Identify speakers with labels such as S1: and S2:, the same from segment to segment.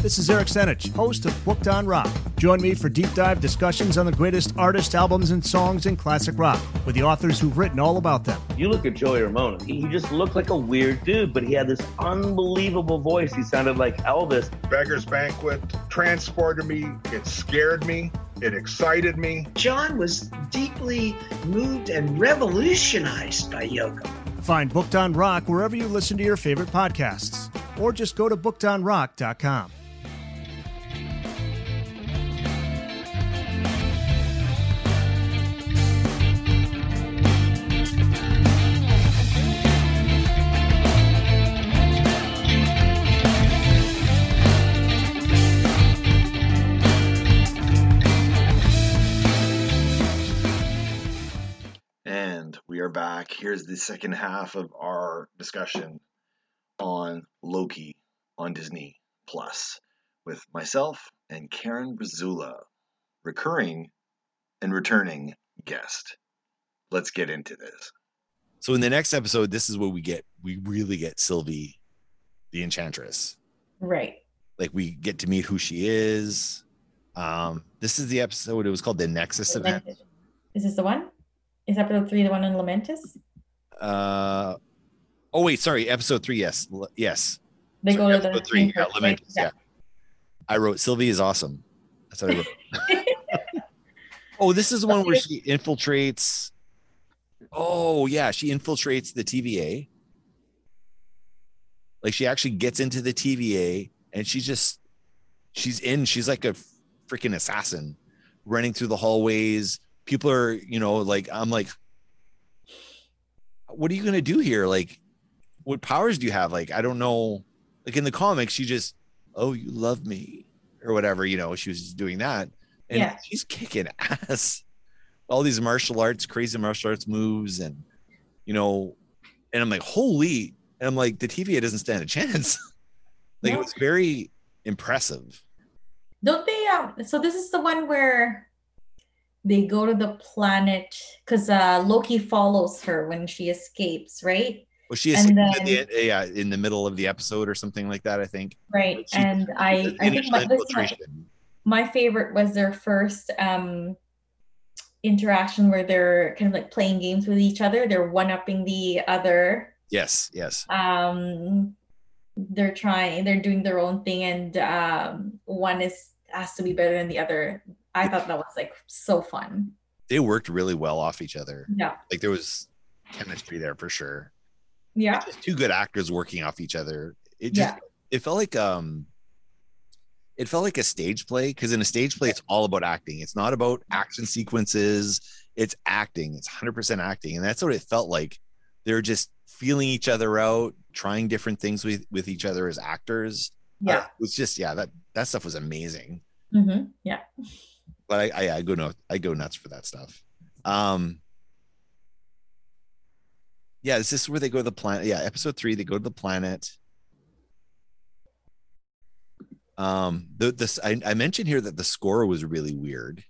S1: This is Eric Senich, host of Booked on Rock. Join me for deep dive discussions on the greatest artist albums and songs in classic rock with the authors who've written all about them.
S2: You look at Joey Ramone, he just looked like a weird dude, but he had this unbelievable voice. He sounded like Elvis.
S3: Beggar's Banquet transported me, it scared me, it excited me.
S4: John was deeply moved and revolutionized by Yoko.
S1: Find Booked on Rock wherever you listen to your favorite podcasts, or just go to bookedonrock.com.
S5: And we are back. Here's the second half of our discussion on Loki on Disney Plus with myself and Karen Brazula, recurring and returning guest. Let's get into this.
S6: So in the next episode, this is where we get we really get Sylvie, the Enchantress.
S7: Right.
S6: Like we get to meet who she is. Um, this is the episode. It was called the Nexus event.
S7: Lamentus. Is this the one? Is episode three the one on Lamentus?
S6: Uh, oh wait, sorry, episode three. Yes, L- yes.
S7: They
S6: Sorry,
S7: go to the
S6: episode three.
S7: theme
S6: Yeah,
S7: park, right?
S6: Lamentus, yeah. I wrote Sylvie is awesome. That's what I wrote. Oh, this is the one where she infiltrates. Oh, yeah. She infiltrates the TVA. Like she actually gets into the TVA and she's just, she's in, she's like a freaking assassin running through the hallways. People are, you know, like, I'm like, what are you going to do here? Like, what powers do you have? Like, I don't know. Like in the comics, she just, oh, you love me or whatever, you know, she was just doing that. And
S7: Yeah.
S6: she's kicking ass. All these martial arts, crazy martial arts moves, and you know, and I'm like, holy, and I'm like, the TVA doesn't stand a chance. like it
S7: No.
S6: was very impressive.
S7: Don't they? Um, so this is the one where they go to the planet because uh, Loki follows her when she escapes, right?
S6: Well, she
S7: And
S6: escaped at the, yeah, in the middle of the episode or something like that, I think.
S7: Right.
S6: She-
S7: and I, I think
S6: Initial
S7: my, this is my,
S6: infiltration.
S7: my favorite was their first um, interaction where they're kind of like playing games with each other. They're one upping the other
S6: Yes, yes.
S7: um they're trying they're doing their own thing and um one is has to be better than the other i thought that was like so fun
S6: They worked really well off each other.
S7: yeah
S6: Like there was chemistry there for sure.
S7: yeah
S6: just two good actors working off each other. It just it felt like um it felt like a stage play because in a stage play it's all about acting. It's not about action sequences. It's acting. It's 100% acting and that's what it felt like. They're just feeling each other out, trying different things with with each other as actors.
S7: yeah
S6: Uh, it was just yeah, that that stuff was amazing
S7: hmm yeah
S6: but I, I I go nuts I go nuts for that stuff. Um yeah, is this where they go to the planet? Yeah, episode three, they go to the planet. Um the this I, I mentioned here that the score was really weird.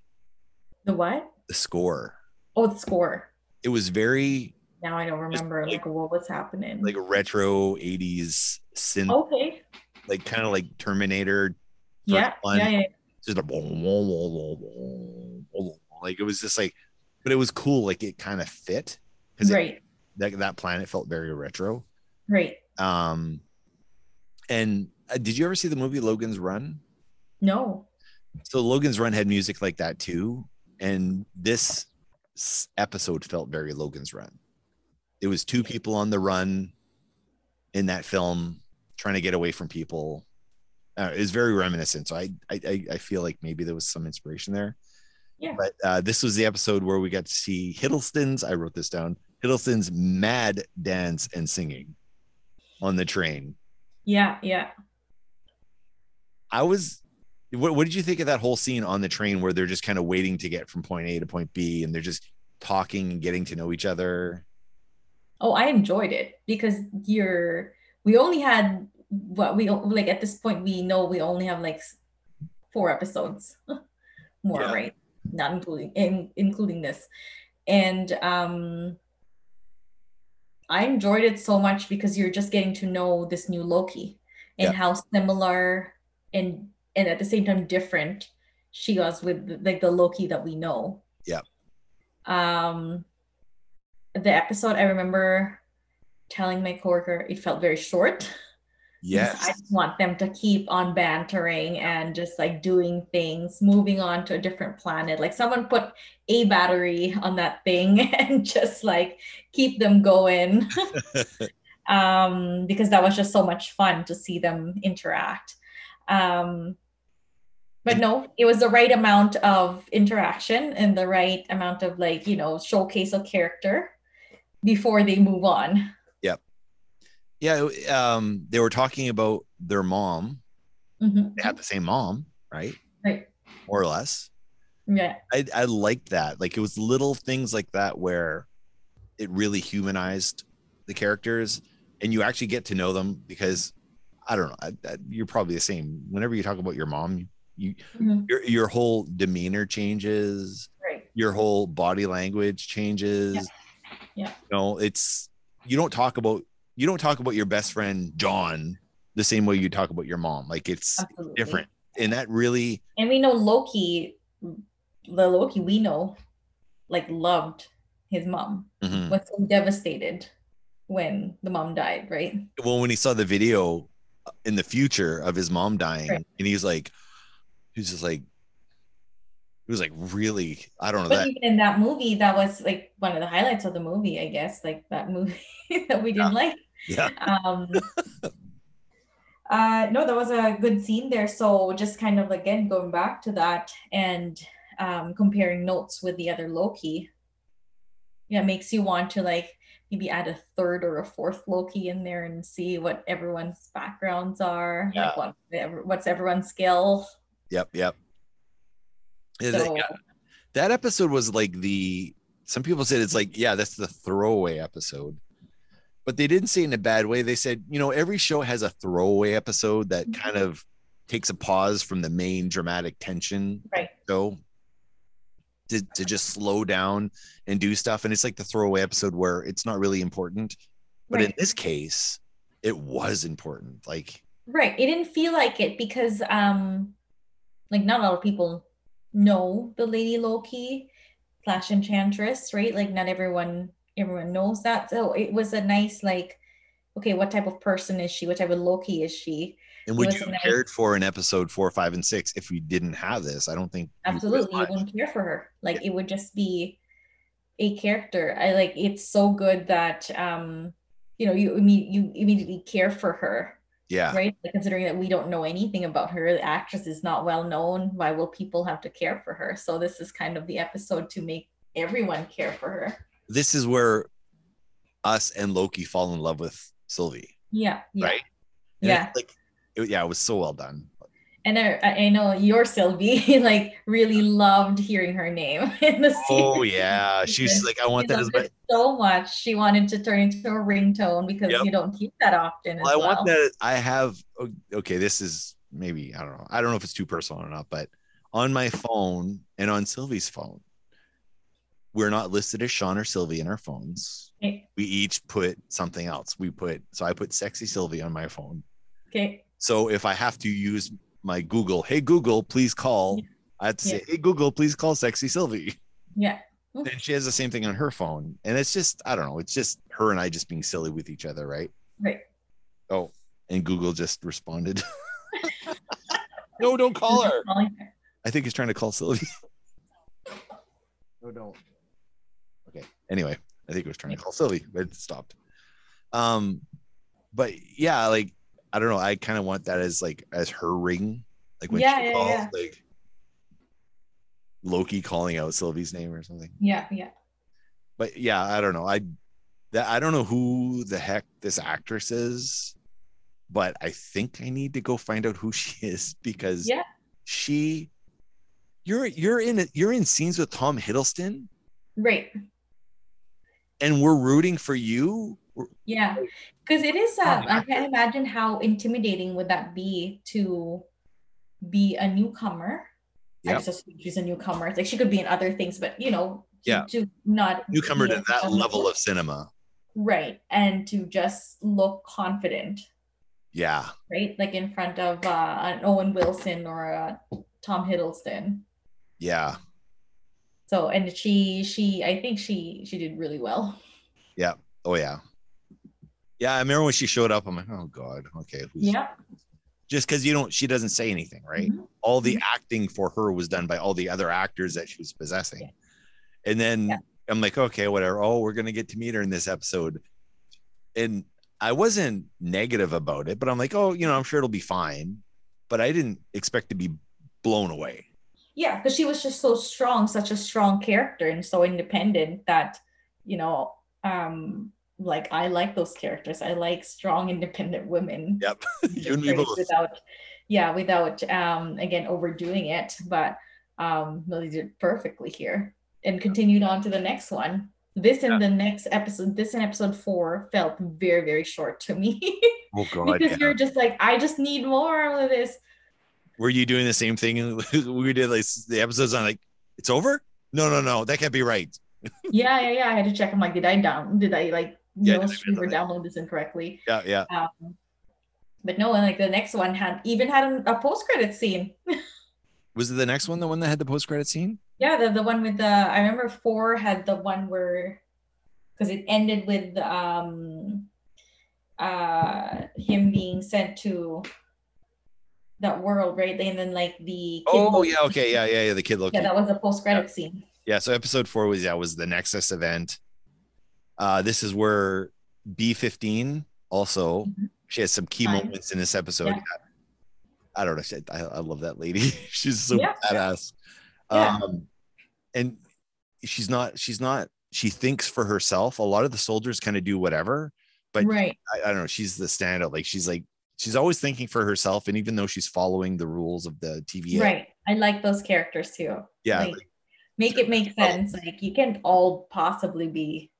S7: the what
S6: The score.
S7: oh the score
S6: It was very
S7: now i don't
S6: Just,
S7: remember
S6: like-
S7: like, what was happening
S6: like retro 80s synth,
S7: okay
S6: like kind of like Terminator.
S7: yeah.
S6: one.
S7: yeah yeah
S6: Just a like it was just like, but it was cool. Like it kind of fit because it
S7: right
S6: that that planet felt very retro.
S7: right
S6: Um, and uh, did you ever see the movie Logan's Run?
S7: no
S6: So Logan's Run had music like that too, and this s- episode felt very Logan's Run. It was two people on the run in that film trying to get away from people. Uh, it was very reminiscent. So I, I I- I feel like maybe there was some inspiration there.
S7: Yeah.
S6: But uh, this was the episode where we got to see Hiddleston's. I wrote this down. Hiddleston's mad dance and singing on the train.
S7: yeah yeah
S6: I was. What, what did you think of that whole scene on the train where they're just kind of waiting to get from point A to point B and they're just talking and getting to know each other?
S7: Oh, I enjoyed it because you're we only had what we like at this point we know we only have like s- four episodes more,
S6: Yeah.
S7: right? Not including in, including this. And um I enjoyed it so much because you're just getting to know this new Loki and how similar and and at the same time different she was with like the Loki that we know.
S6: Yeah.
S7: Um the episode I remember telling my coworker it felt very short.
S6: Yes.
S7: I just want them to keep on bantering and just like doing things, moving on to a different planet. Like someone put a battery on that thing and just like keep them going. um, because that was just so much fun to see them interact. Um, but no, it was the right amount of interaction and the right amount of like, you know, showcase of character before they move on.
S6: Yeah. it- Um, they were talking about their mom.
S7: Mhm.
S6: They had the same mom, right?
S7: Right.
S6: More or less.
S7: Yeah.
S6: I, I liked that. Like it was little things like that where it really humanized the characters and you actually get to know them because I don't know. I, I, you're probably the same. Whenever you talk about your mom, you
S7: Mhm.
S6: your, your whole demeanor changes,
S7: Right.
S6: your whole body language changes.
S7: Yeah.
S6: You know, it's you don't talk about you don't talk about your best friend John the same way you talk about your mom. Like it's
S7: Absolutely.
S6: different. And that really
S7: And we know Loki, the Loki we know, like loved his mom,
S6: mhm.
S7: was so devastated when the mom died, right?
S6: well when he saw the video in the future of his mom dying
S7: Right.
S6: and he's like he's just like he was like really i don't know
S7: But
S6: that
S7: even in that movie, that was like one of the highlights of the movie, I guess, like that movie that we didn't like.
S6: Yeah.
S7: Um, uh, no, that was a good scene there. So just kind of again going back to that and um, comparing notes with the other Loki, yeah, makes you want to like maybe add a third or a fourth Loki in there and see what everyone's backgrounds are,
S6: Yeah.
S7: like what ev- what's everyone's skill.
S6: yep yep Is it-
S7: So
S6: that episode was like the some people said it's like yeah that's the throwaway episode but they didn't say it in a bad way they said you know every show has a throwaway episode that
S7: Mhm.
S6: kind of takes a pause from the main dramatic tension
S7: Right.
S6: so to, to just slow down and do stuff and it's like the throwaway episode where it's not really important but in
S7: right.
S6: this case it was important like
S7: Right. It didn't feel like it because um like not a lot of people know the Lady Loki slash enchantress, right? Like not everyone everyone knows that. So it was a nice like, okay, what type of person is she? What type of Loki is she?
S6: and
S7: It
S6: would
S7: was
S6: you
S7: a
S6: have
S7: nice-
S6: cared for in episode four five and six if we didn't have this i don't think you would've
S7: Absolutely. You
S6: liked
S7: wouldn't care for her. Like it would just be a character. I like it's so good that um you know you imme- you immediately care for her
S6: yeah
S7: right? Like, considering that we don't know anything about her, the actress is not well known. Why will people have to care for her? So this is kind of the episode to make everyone care for her.
S6: this is where us and Loki fall in love with Sylvie.
S7: Yeah, yeah,
S6: Right. And
S7: yeah.
S6: it's like, it- yeah, it was so well done.
S7: And I, I know your Sylvie like really loved hearing her name in the scene.
S6: Oh yeah, she's like, I want
S7: She
S6: that as
S7: loved
S6: my,
S7: it so much. She wanted to turn into a ringtone because
S6: Yep.
S7: you don't hear that often. As
S6: well, I
S7: well.
S6: want that. I have okay. This is maybe I don't know. I don't know if it's too personal or not, but on my phone and on Sylvie's phone, we're not listed as Sean or Sylvie in our phones.
S7: Okay.
S6: We each put something else. We put so I put sexy Sylvie on my phone.
S7: Okay.
S6: So if I have to use my Google, hey Google, please call. I have to say, hey Google, please call sexy Sylvie.
S7: Yeah.
S6: And she has the same thing on her phone. And it's just, I don't know, it's just her and I just being silly with each other, right?
S7: Right.
S6: Oh, and Google just responded. no, don't call her.
S7: Calling her.
S6: I think he's trying to call Sylvie. no, don't. Okay. Anyway, I think he was trying to call Sylvie, but it stopped. Um, but yeah, like I don't know. I kind of want that as like as her ring, like when
S7: Yeah,
S6: she
S7: yeah,
S6: calls,
S7: yeah.
S6: like Loki calling out Sylvie's name or something.
S7: Yeah. Yeah.
S6: But yeah, I don't know. I that I don't know who the heck this actress is, but I think I need to go find out who she is because
S7: Yeah.
S6: she you're you're in you're in scenes with Tom Hiddleston
S7: Right.
S6: and we're rooting for you. We're-
S7: Yeah, because it is.
S6: not
S7: Uh,
S6: an
S7: I can't imagine how intimidating would that be to be a newcomer.
S6: Yeah.
S7: I just assume she's a newcomer. It's like she could be in other things, but you know, to-
S6: Yeah.
S7: to not
S6: Newcomer
S7: be
S6: to
S7: a-
S6: that level of cinema.
S7: right, and to just look confident
S6: Yeah.
S7: right? Like in front of uh, an Owen Wilson or uh, Tom Hiddleston.
S6: Yeah.
S7: So and she she I think she she did really well.
S6: Oh yeah. Yeah. I remember when she showed up, I'm like, oh God. Okay. who's-
S7: Yeah.
S6: Just because you don't she doesn't say anything, right?
S7: Mhm.
S6: All the acting for her was done by all the other actors that she was possessing.
S7: Yeah.
S6: And then
S7: Yeah.
S6: I'm like, okay, whatever. Oh, we're gonna get to meet her in this episode. And I wasn't negative about it, but I'm like, oh, you know, I'm sure it'll be fine. But I didn't expect to be blown away.
S7: Yeah, because she was just so strong, such a strong character and so independent that, you know, um like I like those characters. I like strong independent women.
S6: Yep. you and me
S7: traits
S6: both.
S7: Without yeah, without um again overdoing it, but um no, they did perfectly here and continued on to the next one. This and the next episode, this and episode four felt very, very short to me.
S6: Oh God.
S7: because
S6: yeah.
S7: you're just like, I just need more of this.
S6: were you doing the same thing we did like the episodes on like it's over no no no that can't be right
S7: yeah, yeah, yeah. I had to check. I'm like, did I down? Did I like
S6: Yeah,
S7: no
S6: did I
S7: stream or
S6: really-
S7: download this incorrectly?
S6: yeah yeah
S7: Um, but no, and like the next one had even had an- a post credit scene.
S6: was it the next one the one that had the post-credit scene
S7: Yeah, the the one with the I remember four had the one where because it ended with um uh him being sent to that world right and then like the kid
S6: oh
S7: Loki-
S6: yeah okay yeah yeah yeah the kid loki
S7: yeah
S6: yeah,
S7: that was the post credit scene
S6: so episode four was yeah was the nexus event uh this is where b15 also
S7: Mhm.
S6: she has some key
S7: Fine.
S6: moments in this episode
S7: Yeah.
S6: Yeah. i don't know she- i, I love that lady she's so
S7: Yeah.
S6: badass
S7: Yeah.
S6: um and she's not she's not she thinks for herself a lot of the soldiers kind of do whatever But-
S7: right
S6: I, I don't know. She's the standout. Like she's like she's always thinking for herself, and even though she's following the rules of the TVA,
S7: right I like those characters too
S6: Yeah,
S7: Like, make it make
S6: Oh.
S7: sense like you can't all possibly be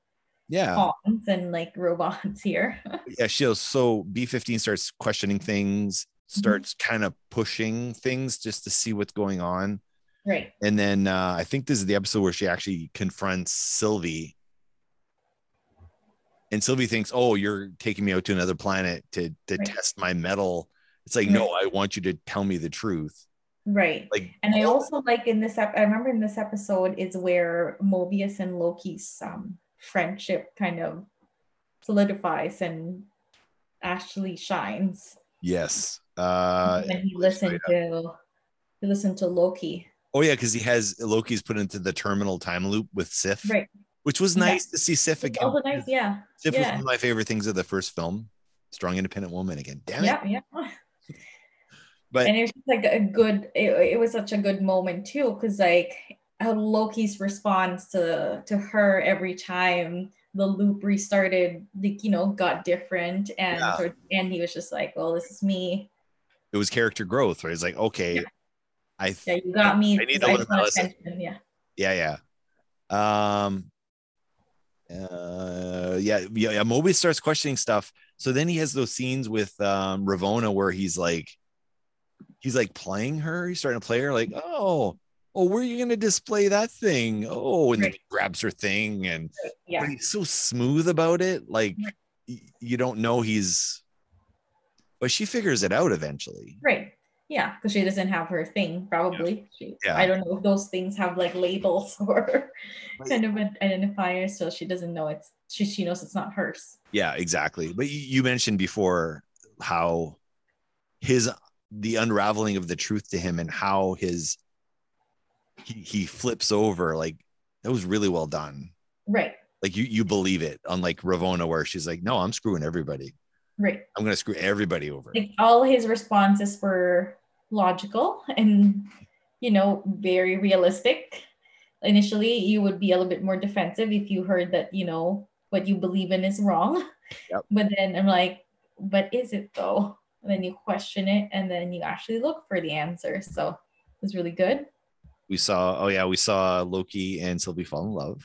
S6: yeah,
S7: pawns and like robots here
S6: yeah. She'll so B fifteen starts questioning things,
S7: Mm-hmm.
S6: starts kind of pushing things just to see what's going on,
S7: right
S6: and then uh, I think this is the episode where she actually confronts Sylvie. And Sylvie thinks, "Oh, you're taking me out to another planet to to
S7: Right.
S6: test my metal." It's like, "No, I want you to tell me the truth."
S7: right
S6: Like,
S7: and I also like in this ep- I remember in this episode is where Mobius and Loki's um friendship kind of solidifies and Ashley shines
S6: yes, uh,
S7: when he
S6: was
S7: listened to he listened to Loki
S6: Oh yeah, because he has Loki's put into the terminal time loop with Sif,
S7: right
S6: which was
S7: Yeah.
S6: nice to see Sif
S7: it's
S6: again.
S7: also nice yeah
S6: Sif was
S7: yeah.
S6: one of my favorite things of the first film. Strong, independent woman again. Damn it!
S7: yeah yeah
S6: But
S7: and it was just like a good it, it was such a good moment too because like how loki's response to to her every time the loop restarted like you know got different and
S6: Yeah.
S7: or- and he was just like well this is me
S6: it was character growth, right? It's like okay, I th-
S7: yeah you got me
S6: I need
S7: 'cause
S6: to learn
S7: just
S6: my
S7: want
S6: lesson.
S7: attention. yeah
S6: yeah, yeah. Um, uh, yeah, yeah, yeah. Mobius starts questioning stuff. So then he has those scenes with um Ravona where he's like, he's like playing her. He's starting to play her. Like, oh, oh, where are you gonna display that thing? Oh, and then
S7: Right.
S6: he grabs her thing, and
S7: yeah
S6: but he's so smooth about it. Like,
S7: Right.
S6: y- you don't know he's. But she figures it out eventually.
S7: right yeah because she doesn't have her thing probably she,
S6: Yeah.
S7: i don't know if those things have like labels or kind of an identifier so she doesn't know it's she, she knows it's not hers
S6: Yeah, exactly. But you, you mentioned before how his the unraveling of the truth to him and how his he, he flips over like that was really well done.
S7: right
S6: Like you you believe it, unlike Ravona where she's like, no, I'm screwing everybody.
S7: right
S6: I'm gonna screw everybody over.
S7: like all his responses were logical and you know very realistic initially you would be a little bit more defensive if you heard that you know what you believe in is wrong
S6: Yep.
S7: but then i'm like but is it though and then you question it and then you actually look for the answer so it was really good
S6: We saw oh yeah, we saw Loki and Sylvie fall in love,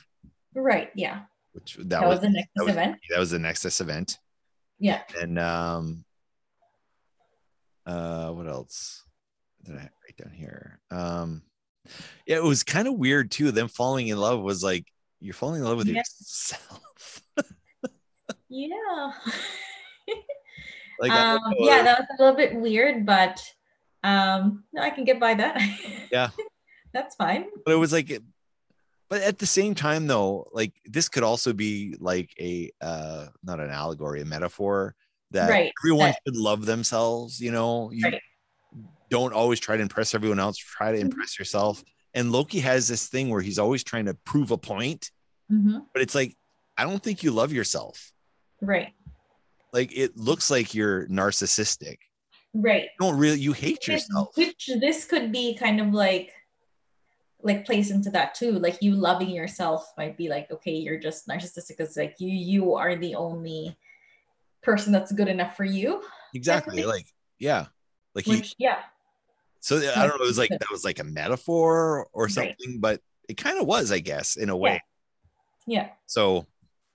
S7: right yeah
S6: which that,
S7: that,
S6: was,
S7: was, the next
S6: that was-
S7: event
S6: that was the Nexus event.
S7: yeah
S6: And um uh what else did I write down here? Um yeah, it was kind of weird too. Them falling in love was like you're falling in love with
S7: Yeah.
S6: yourself.
S7: yeah
S6: Like, I
S7: um,
S6: don't know.
S7: yeah, that was a little bit weird, but um, no, I can get by that.
S6: Yeah.
S7: that's fine.
S6: but it was like it- but at the same time though like this could also be like a uh not an allegory a metaphor that
S7: Right,
S6: everyone
S7: that-
S6: should love themselves you know you
S7: Right. Mm-hmm.
S6: don't always try to impress everyone else try to impress yourself and loki has this thing where he's always trying to prove a point
S7: Mhm.
S6: but it's like i don't think you love yourself
S7: Right,
S6: like it looks like you're narcissistic
S7: right.
S6: you don't really you hate
S7: Which-
S6: yourself
S7: Which this could be kind of like like plays into that too. Like you loving yourself might be like, okay, you're just narcissistic because like you you are the only person that's good enough for you.
S6: exactly like yeah like he
S7: Which yeah,
S6: So I don't know. It was like that was like a metaphor or
S7: Right.
S6: something, but it kind of was, I guess, in a way.
S7: Yeah. Yeah.
S6: So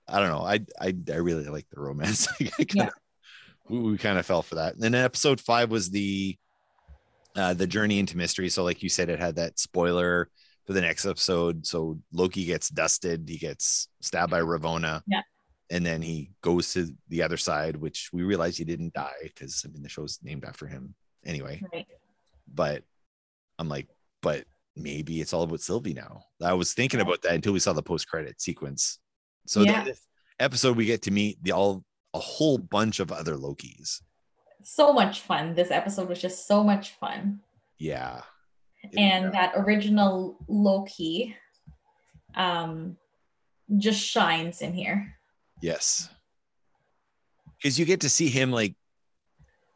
S6: I don't know. I I, I really like the romance. I kinda,
S7: Yeah.
S6: We, we kind of fell for that. And then episode five was the uh the journey into mystery. So like you said, it had that spoiler for the next episode. So Loki gets dusted. He gets stabbed by Ravona.
S7: Yeah.
S6: And then he goes to the other side, which we realize he didn't die because I mean the show's named after him anyway
S7: right.
S6: but I'm like, but maybe it's all about Sylvie now. I was thinking about that until we saw the post credit sequence. So
S7: Yeah.
S6: this episode we get to meet the all a whole bunch of other Lokis.
S7: So much fun. This episode was just so much fun.
S6: Yeah.
S7: and that original Loki um just shines in here.
S6: yes. Because you get to see him like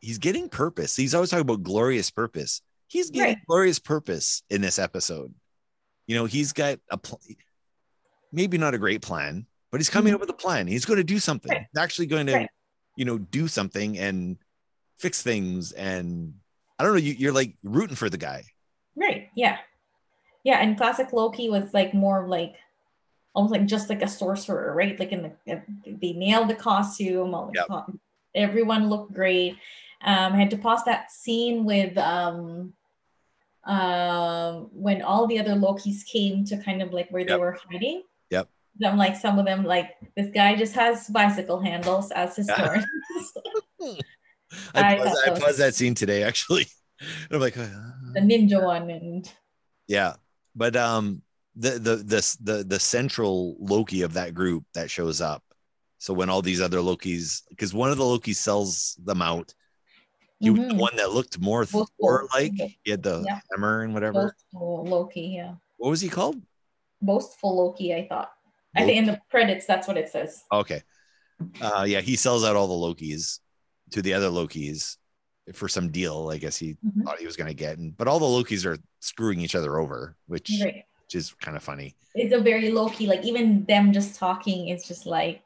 S6: he's getting purpose. He's always talking about glorious purpose. He's getting glorious purpose in this episode. You know, he's got a pl- maybe not a great plan, but he's coming up with a plan. He's going to do something.
S7: Mm-hmm. Right.
S6: He's actually going to,
S7: Right.
S6: you know, do something and fix things. And I don't know, you, you're like rooting for the guy.
S7: Right. Yeah. Yeah. And classic Loki was like more of like almost like just like a sorcerer, right? Like in the they nailed the costume, all the
S6: Yep.
S7: co- everyone looked great. Um, I had to pause that scene with um um when all the other Lokis came to kind of like where they
S6: Yep.
S7: were hiding.
S6: Yep.
S7: I'm like some of them like this guy just has bicycle handles as his
S6: Yeah.
S7: sword.
S6: I,
S7: I
S6: paused, I
S7: also-
S6: paused that scene today, actually. And I'm like, "Uh,
S7: the ninja one and
S6: Yeah, but um, the the the the the central Loki of that group that shows up. So when all these other Lokis, because one of the Lokis sells them out, he was the
S7: Mhm.
S6: one that looked more
S7: Both-
S6: Thor like.
S7: both-
S6: He had the
S7: Yeah.
S6: hammer and whatever.
S7: boastful Loki, yeah.
S6: What was he called?
S7: boastful Loki, I thought. I think in the credits, that's what it says.
S6: Oh, Okay, uh, yeah, he sells out all the Lokis to the other Lokis for some deal. I guess he
S7: Mhm.
S6: thought he was going to get, and but all the Lokis are screwing each other over, which
S7: Right.
S6: which is kind of funny.
S7: It's a very Loki, like even them just talking is just like,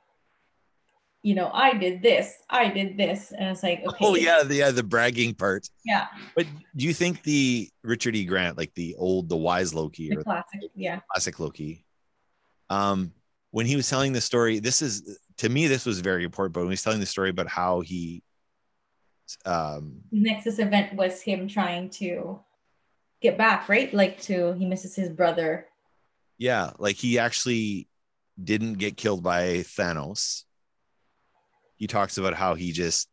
S7: you know, I did this, I did this. And it's like, okay.
S6: Oh yeah, the yeah, the bragging part.
S7: Yeah.
S6: But do you think the Richard E. Grant, like the old, the wise Loki
S7: The
S6: or the
S7: classic. Yeah.
S6: classic Loki, um, when he was telling the story, this is to me this was very important. But when he was telling the story about how he, um,
S7: Nexus event was him trying to get back, right? Like to, he misses his brother.
S6: yeah, like he actually didn't get killed by Thanos. He talks about how he just,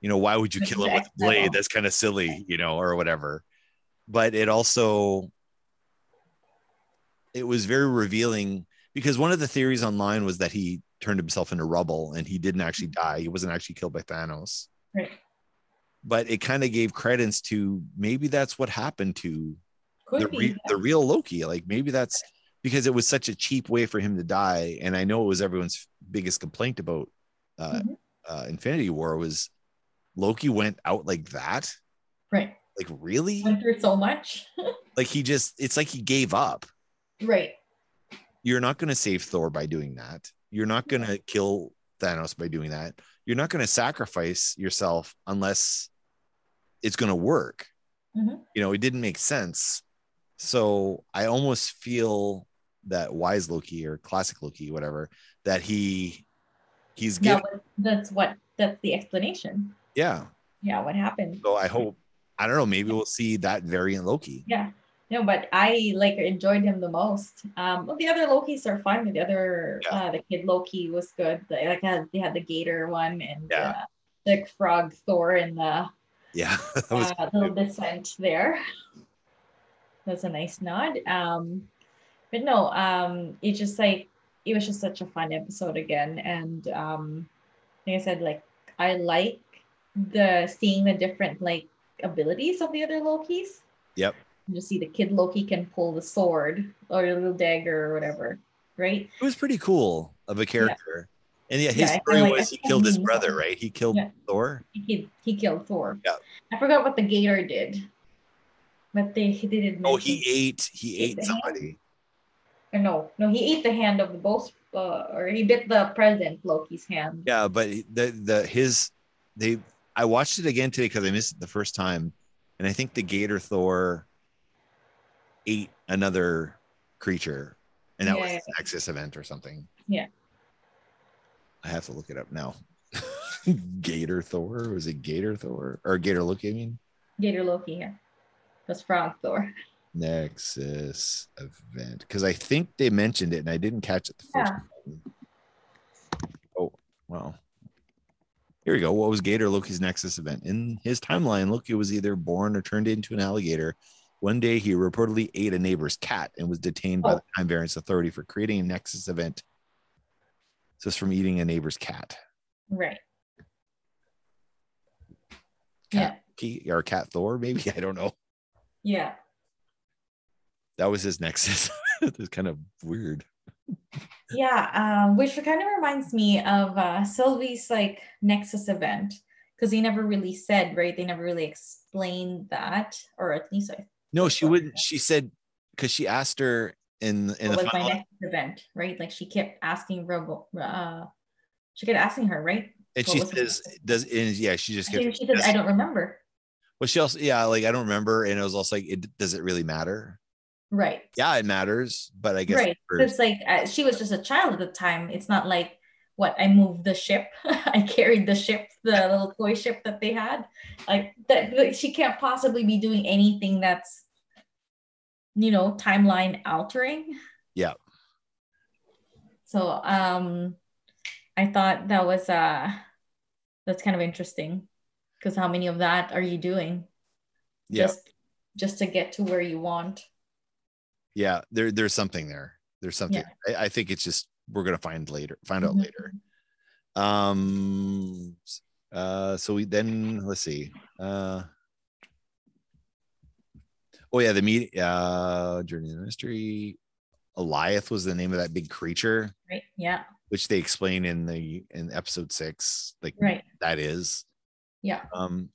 S6: you know, why would you
S7: With
S6: kill
S7: the
S6: him with a blade?
S7: X-Metal.
S6: That's kind of silly, you know, or whatever. But it also, it was very revealing because one of the theories online was that he turned himself into rubble and he didn't actually die. He wasn't actually killed by Thanos.
S7: Right.
S6: But it kind of gave credence to maybe that's what happened to
S7: Could
S6: the,
S7: be.
S6: re- the real Loki. Like maybe that's because it was such a cheap way for him to die. And I know it was everyone's biggest complaint about uh,
S7: Mhm.
S6: uh, Infinity War was Loki went out like that.
S7: right.
S6: Like really?
S7: Went through so much.
S6: Like he just it's like he gave up.
S7: right.
S6: You're not going to save Thor by doing that. You're not going to kill Thanos by doing that. You're not going to sacrifice yourself unless it's going to work.
S7: Mhm.
S6: You know, it didn't make sense. So I almost feel that wise Loki or classic Loki, whatever, that he he's
S7: That
S6: given.
S7: was, that's what, that's the explanation.
S6: Yeah.
S7: Yeah. What happened?
S6: So I hope I don't know. Maybe we'll see that variant Loki.
S7: Yeah. No, but I like enjoyed him the most. Um, well, the other Lokis are fun. but The other,
S6: Yeah.
S7: uh, the kid Loki was good. The, like uh, they had the Gator one and
S6: Yeah.
S7: uh, fantastic frog Thor in the
S6: Yeah. That was
S7: uh, little descent there. That's a nice nod. Um, but no, um, it just like it was just such a fun episode again, and um, like I said, like I like the seeing the different like abilities of the other Loki's.
S6: Yep.
S7: You just see the kid Loki can pull the sword or a little dagger or whatever, right?
S6: it was pretty cool of a character. And yeah, his
S7: Yeah, I
S6: story
S7: like-
S6: was
S7: I
S6: he killed his
S7: mean-
S6: brother, right? He killed
S7: Yeah.
S6: Thor.
S7: He kid, he killed Thor.
S6: Yeah.
S7: I forgot what the Gator did, but they he didn't.
S6: Oh,
S7: mention-
S6: he ate he
S7: Ate
S6: ate
S7: the
S6: somebody.
S7: Or no, no, he ate the hand of the both, uh, or he bit the president Loki's hand.
S6: Yeah, but the the his they I watched it again today because I missed it the first time, and I think the Gator Thor ate another creature, and that was
S7: Yeah.
S6: his Nexus event or something.
S7: Yeah.
S6: I have to look it up now. Gator Thor was it Gator Thor or Gator Look? I mean
S7: Gator Loki here. That's Frog Thor.
S6: Nexus event because I think they mentioned it and I didn't catch it the first
S7: Yeah.
S6: time. Oh, wow. Here we go. What was Gator Loki's Nexus event? In his timeline, Loki was either born or turned into an alligator. One day, he reportedly ate a neighbor's cat and was detained by
S7: Oh.
S6: the Time Variance Authority for creating a Nexus event. So it's from eating a neighbor's cat.
S7: Right.
S6: Cat Loki, or Cat Thor, maybe. I don't know.
S7: Yeah.
S6: That was his Nexus. it's kind of weird.
S7: Yeah. Yeah. Um, which kind of reminds me of uh, Sylvie's like Nexus event because they never really said, right? They never really explained that, or at least I
S6: No,
S7: That's
S6: she
S7: what-
S6: wouldn't. She said because she asked her in in
S7: what
S6: the
S7: was my
S6: final,
S7: Nexus event, right? Like she kept asking Robo, uh, she kept asking her, right?
S6: and
S7: what
S6: she
S7: was my
S6: says, "Does and yeah?" She just
S7: She,
S6: kept.
S7: she says, I don't remember.
S6: Well, she also yeah, like I don't remember, and it was also like, it, "Does it really matter?"
S7: Right.
S6: Yeah, it matters, but I guess
S7: right
S6: for-
S7: it's like uh, she was just a child at the time it's not like what i moved the ship i carried the ship the little toy ship that they had like that like, she can't possibly be doing anything that's you know timeline altering
S6: Yeah.
S7: so um i thought that was uh that's kind of interesting because how many of that are you doing
S6: yeah,
S7: just just to get to where you want
S6: yeah. There, there's something there. There's something. I, I think it's just we're gonna find later, find out
S7: Mhm.
S6: later.
S7: Mm-hmm.
S6: Um. Uh. So we then let's see. Uh. Oh yeah, the meet. Uh, Journey of the Mystery. Eliath was the name of that big creature,
S7: right yeah
S6: which they explain in the in episode six, like
S7: right
S6: that is.
S7: Yeah.
S6: Um.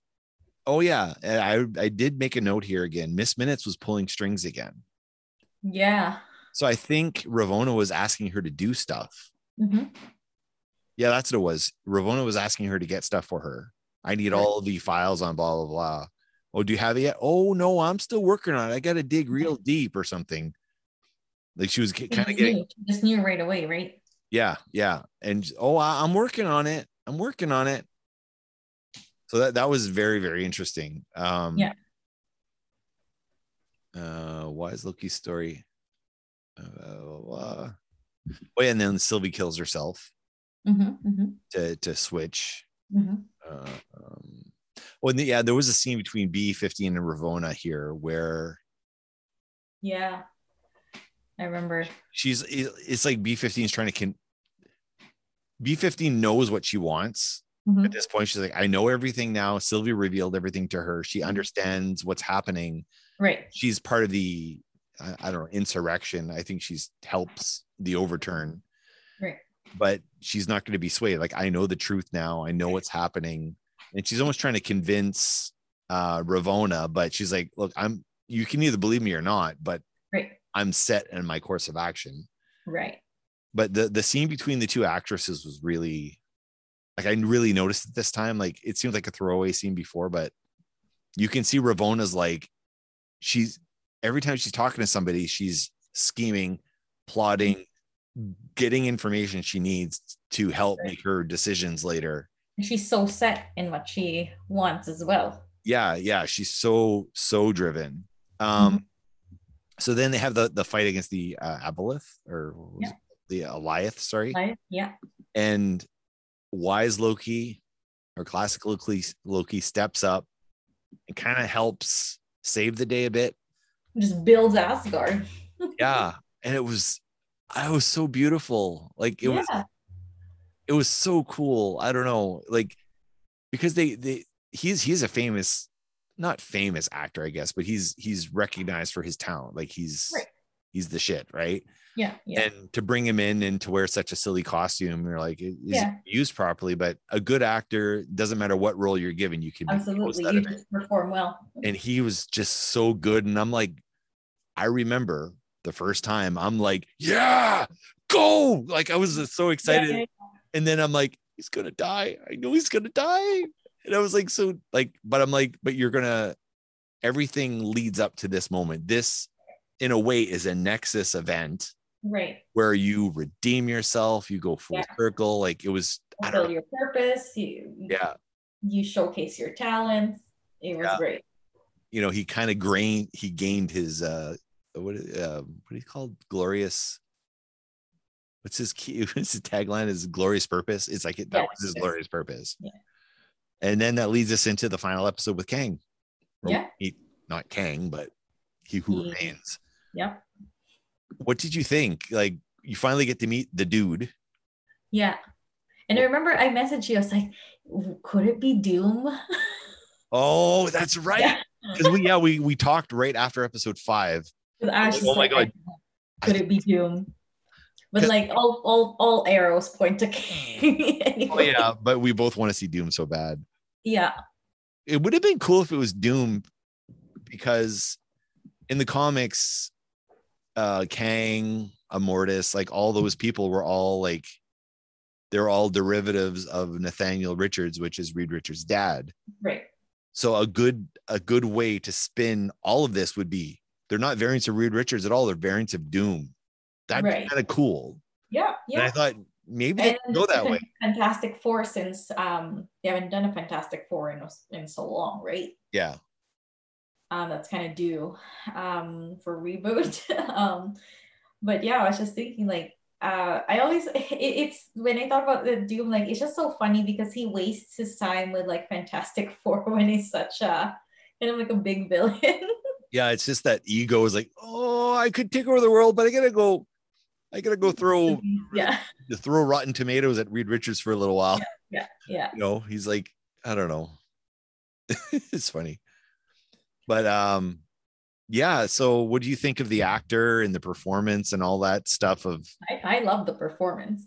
S6: Oh yeah, and I I did make a note here again. Miss Minutes was pulling strings again,
S7: yeah
S6: so I think Ravona was asking her to do stuff.
S7: Mhm.
S6: Yeah, that's what it was. Ravona was asking her to get stuff for her. I need all the files on blah blah blah. Oh, do you have it yet? Oh no, I'm still working on it. I got to dig real deep or something. Like she was ki-
S7: She
S6: kind of
S7: just
S6: getting
S7: knew. She just knew right away, right?
S6: yeah yeah and oh I, i'm working on it i'm working on it so that that was very very interesting um
S7: Yeah.
S6: uh why is loki's story uh, blah, blah, blah. oh yeah and then sylvie kills herself
S7: Mm-hmm, mm-hmm,
S6: to to switch
S7: mm-hmm.
S6: uh, um well and the- yeah there was a scene between b15 and ravona here where
S7: Yeah, I remember.
S6: she's it- it's like b15 is trying to can b15 knows what she wants
S7: Mhm.
S6: at this point she's like i know everything now sylvia revealed everything to her she understands what's happening
S7: Right.
S6: she's part of the i, I don't know insurrection i think she's helps the overturn
S7: Right.
S6: but she's not going to be swayed like i know the truth now i know what's happening and she's almost trying to convince uh ravona but she's like look i'm you can either believe me or not but
S7: Right.
S6: i'm set in my course of action
S7: Right.
S6: but the the scene between the two actresses was really like I really noticed it this time. Like it seemed like a throwaway scene before, but you can see Ravona's like she's every time she's talking to somebody, she's scheming, plotting, getting information she needs to help make her decisions later.
S7: And she's so set in what she wants as well.
S6: Yeah, yeah, she's so so driven. Um so then they have the the fight against the uh, Aboleth or what was
S7: Yeah.
S6: it? the Eliath, sorry.
S7: Right? Yeah.
S6: and wise Loki or classic Loki, Loki steps up and kind of helps save the day a bit.
S7: Just builds Asgard.
S6: yeah. And it was, I was so beautiful. Like it was,
S7: Yeah.
S6: it was so cool. I don't know, like because they they he's he's a famous, not famous actor, I guess, but he's he's recognized for his talent. Like he's
S7: Right.
S6: he's the shit, right?
S7: Yeah. Yeah.
S6: and to bring him in and to wear such a silly costume you're like it is
S7: Yeah.
S6: used properly but a good actor doesn't matter what role you're given you can be the most
S7: Absolutely.
S6: out
S7: You
S6: of it.
S7: just perform well.
S6: and he was just so good and i'm like i remember the first time i'm like yeah go like i was so excited
S7: Yeah, yeah,
S6: and then i'm like he's gonna die i know he's gonna die and i was like so like but i'm like but you're gonna everything leads up to this moment this in a way is a nexus event
S7: Right.
S6: where you redeem yourself, you go full
S7: Yeah.
S6: circle. Like it was, I don't
S7: Fulfill
S6: know.
S7: your purpose. You
S6: Yeah.
S7: you showcase your talents. It was
S6: Yeah.
S7: great.
S6: You know, he kind of gained, he gained his, uh, what, is- uh, what do you call it? glorious? What's his key? What's his tagline is glorious purpose. It's like, it, that
S7: Yeah,
S6: was his
S7: yes.
S6: glorious purpose.
S7: Yeah.
S6: And then that leads us into the final episode with Kang. Or
S7: Yeah.
S6: he- not Kang, but he who
S7: He-
S6: remains.
S7: Yep.
S6: What did you think? Like you finally get to meet the dude.
S7: Yeah. And I remember I messaged you. I was like, "W- could it be Doom?
S6: Oh, that's right.
S7: Yeah.
S6: because we yeah we we talked right after episode five.
S7: 'Cause I was
S6: Oh
S7: just
S6: my
S7: like,
S6: God.
S7: Could it be Doom? But
S6: 'Cause-
S7: like all all all arrows point to Kane.
S6: Oh yeah, but we both want to see Doom so bad.
S7: Yeah.
S6: It would have been cool if it was Doom, because in the comics, uh, Kang, Immortus, like all those people were all like, they're all derivatives of Nathaniel Richards, which is Reed Richards' dad.
S7: Right.
S6: So a good a good way to spin all of this would be they're not variants of Reed Richards at all. They're variants of Doom. That'd be
S7: Right.
S6: kind of cool.
S7: Yeah.
S6: And
S7: Yeah.
S6: I thought maybe they
S7: And
S6: can go
S7: just a
S6: that way.
S7: fan- Fantastic Four since um they haven't done a Fantastic Four in in so long, right?
S6: Yeah.
S7: um, that's kind of due um, for reboot. um, but yeah, I was just thinking like uh, I always it, it's when I thought about the Doom, like it's just so funny because he wastes his time with like Fantastic Four when he's such a kind of like a big villain.
S6: Yeah. It's just that ego is like, oh, I could take over the world, but I gotta go, I gotta go throw
S7: yeah,
S6: throw rotten tomatoes at Reed Richards for a little while.
S7: yeah, yeah.
S6: You know, he's like, I don't know. it's funny. But um, yeah. So what do you think of the actor and the performance and all that stuff of
S7: I, I love the performance.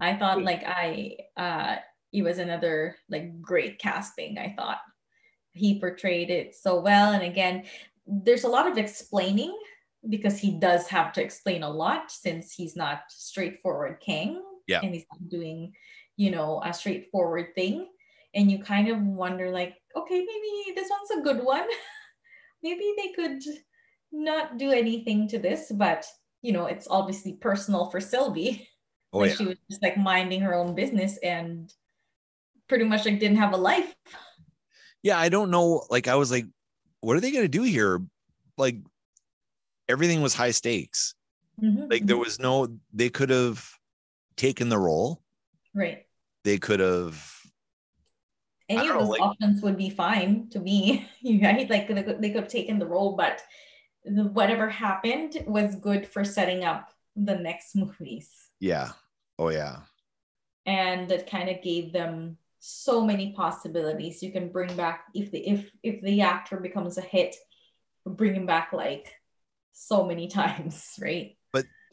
S7: I thought like I uh it was another like great casting, I thought. He portrayed it so well. And again, there's a lot of explaining because he does have to explain a lot since he's not straightforward king.
S6: Yeah.
S7: And he's not doing, you know, a straightforward thing. And you kind of wonder, like, okay, maybe this one's a good one. maybe they could not do anything to this, but you know, it's obviously personal for Sylvie.
S6: oh
S7: like
S6: yeah.
S7: she was just like minding her own business and pretty much like didn't have a life.
S6: yeah i don't know like i was like what are they going to do here like everything was high stakes
S7: Mhm,
S6: like there
S7: mhm.
S6: was no they could have taken the role
S7: mm-hmm. right.
S6: they could have
S7: Any
S6: don't
S7: of
S6: know,
S7: those
S6: like-
S7: options would be fine to me, right? Like they could, they could have taken the role, but the, whatever happened was good for setting up the next movies.
S6: yeah oh yeah
S7: and that kind of gave them so many possibilities you can bring back if the if if the actor becomes a hit bring him back like so many times right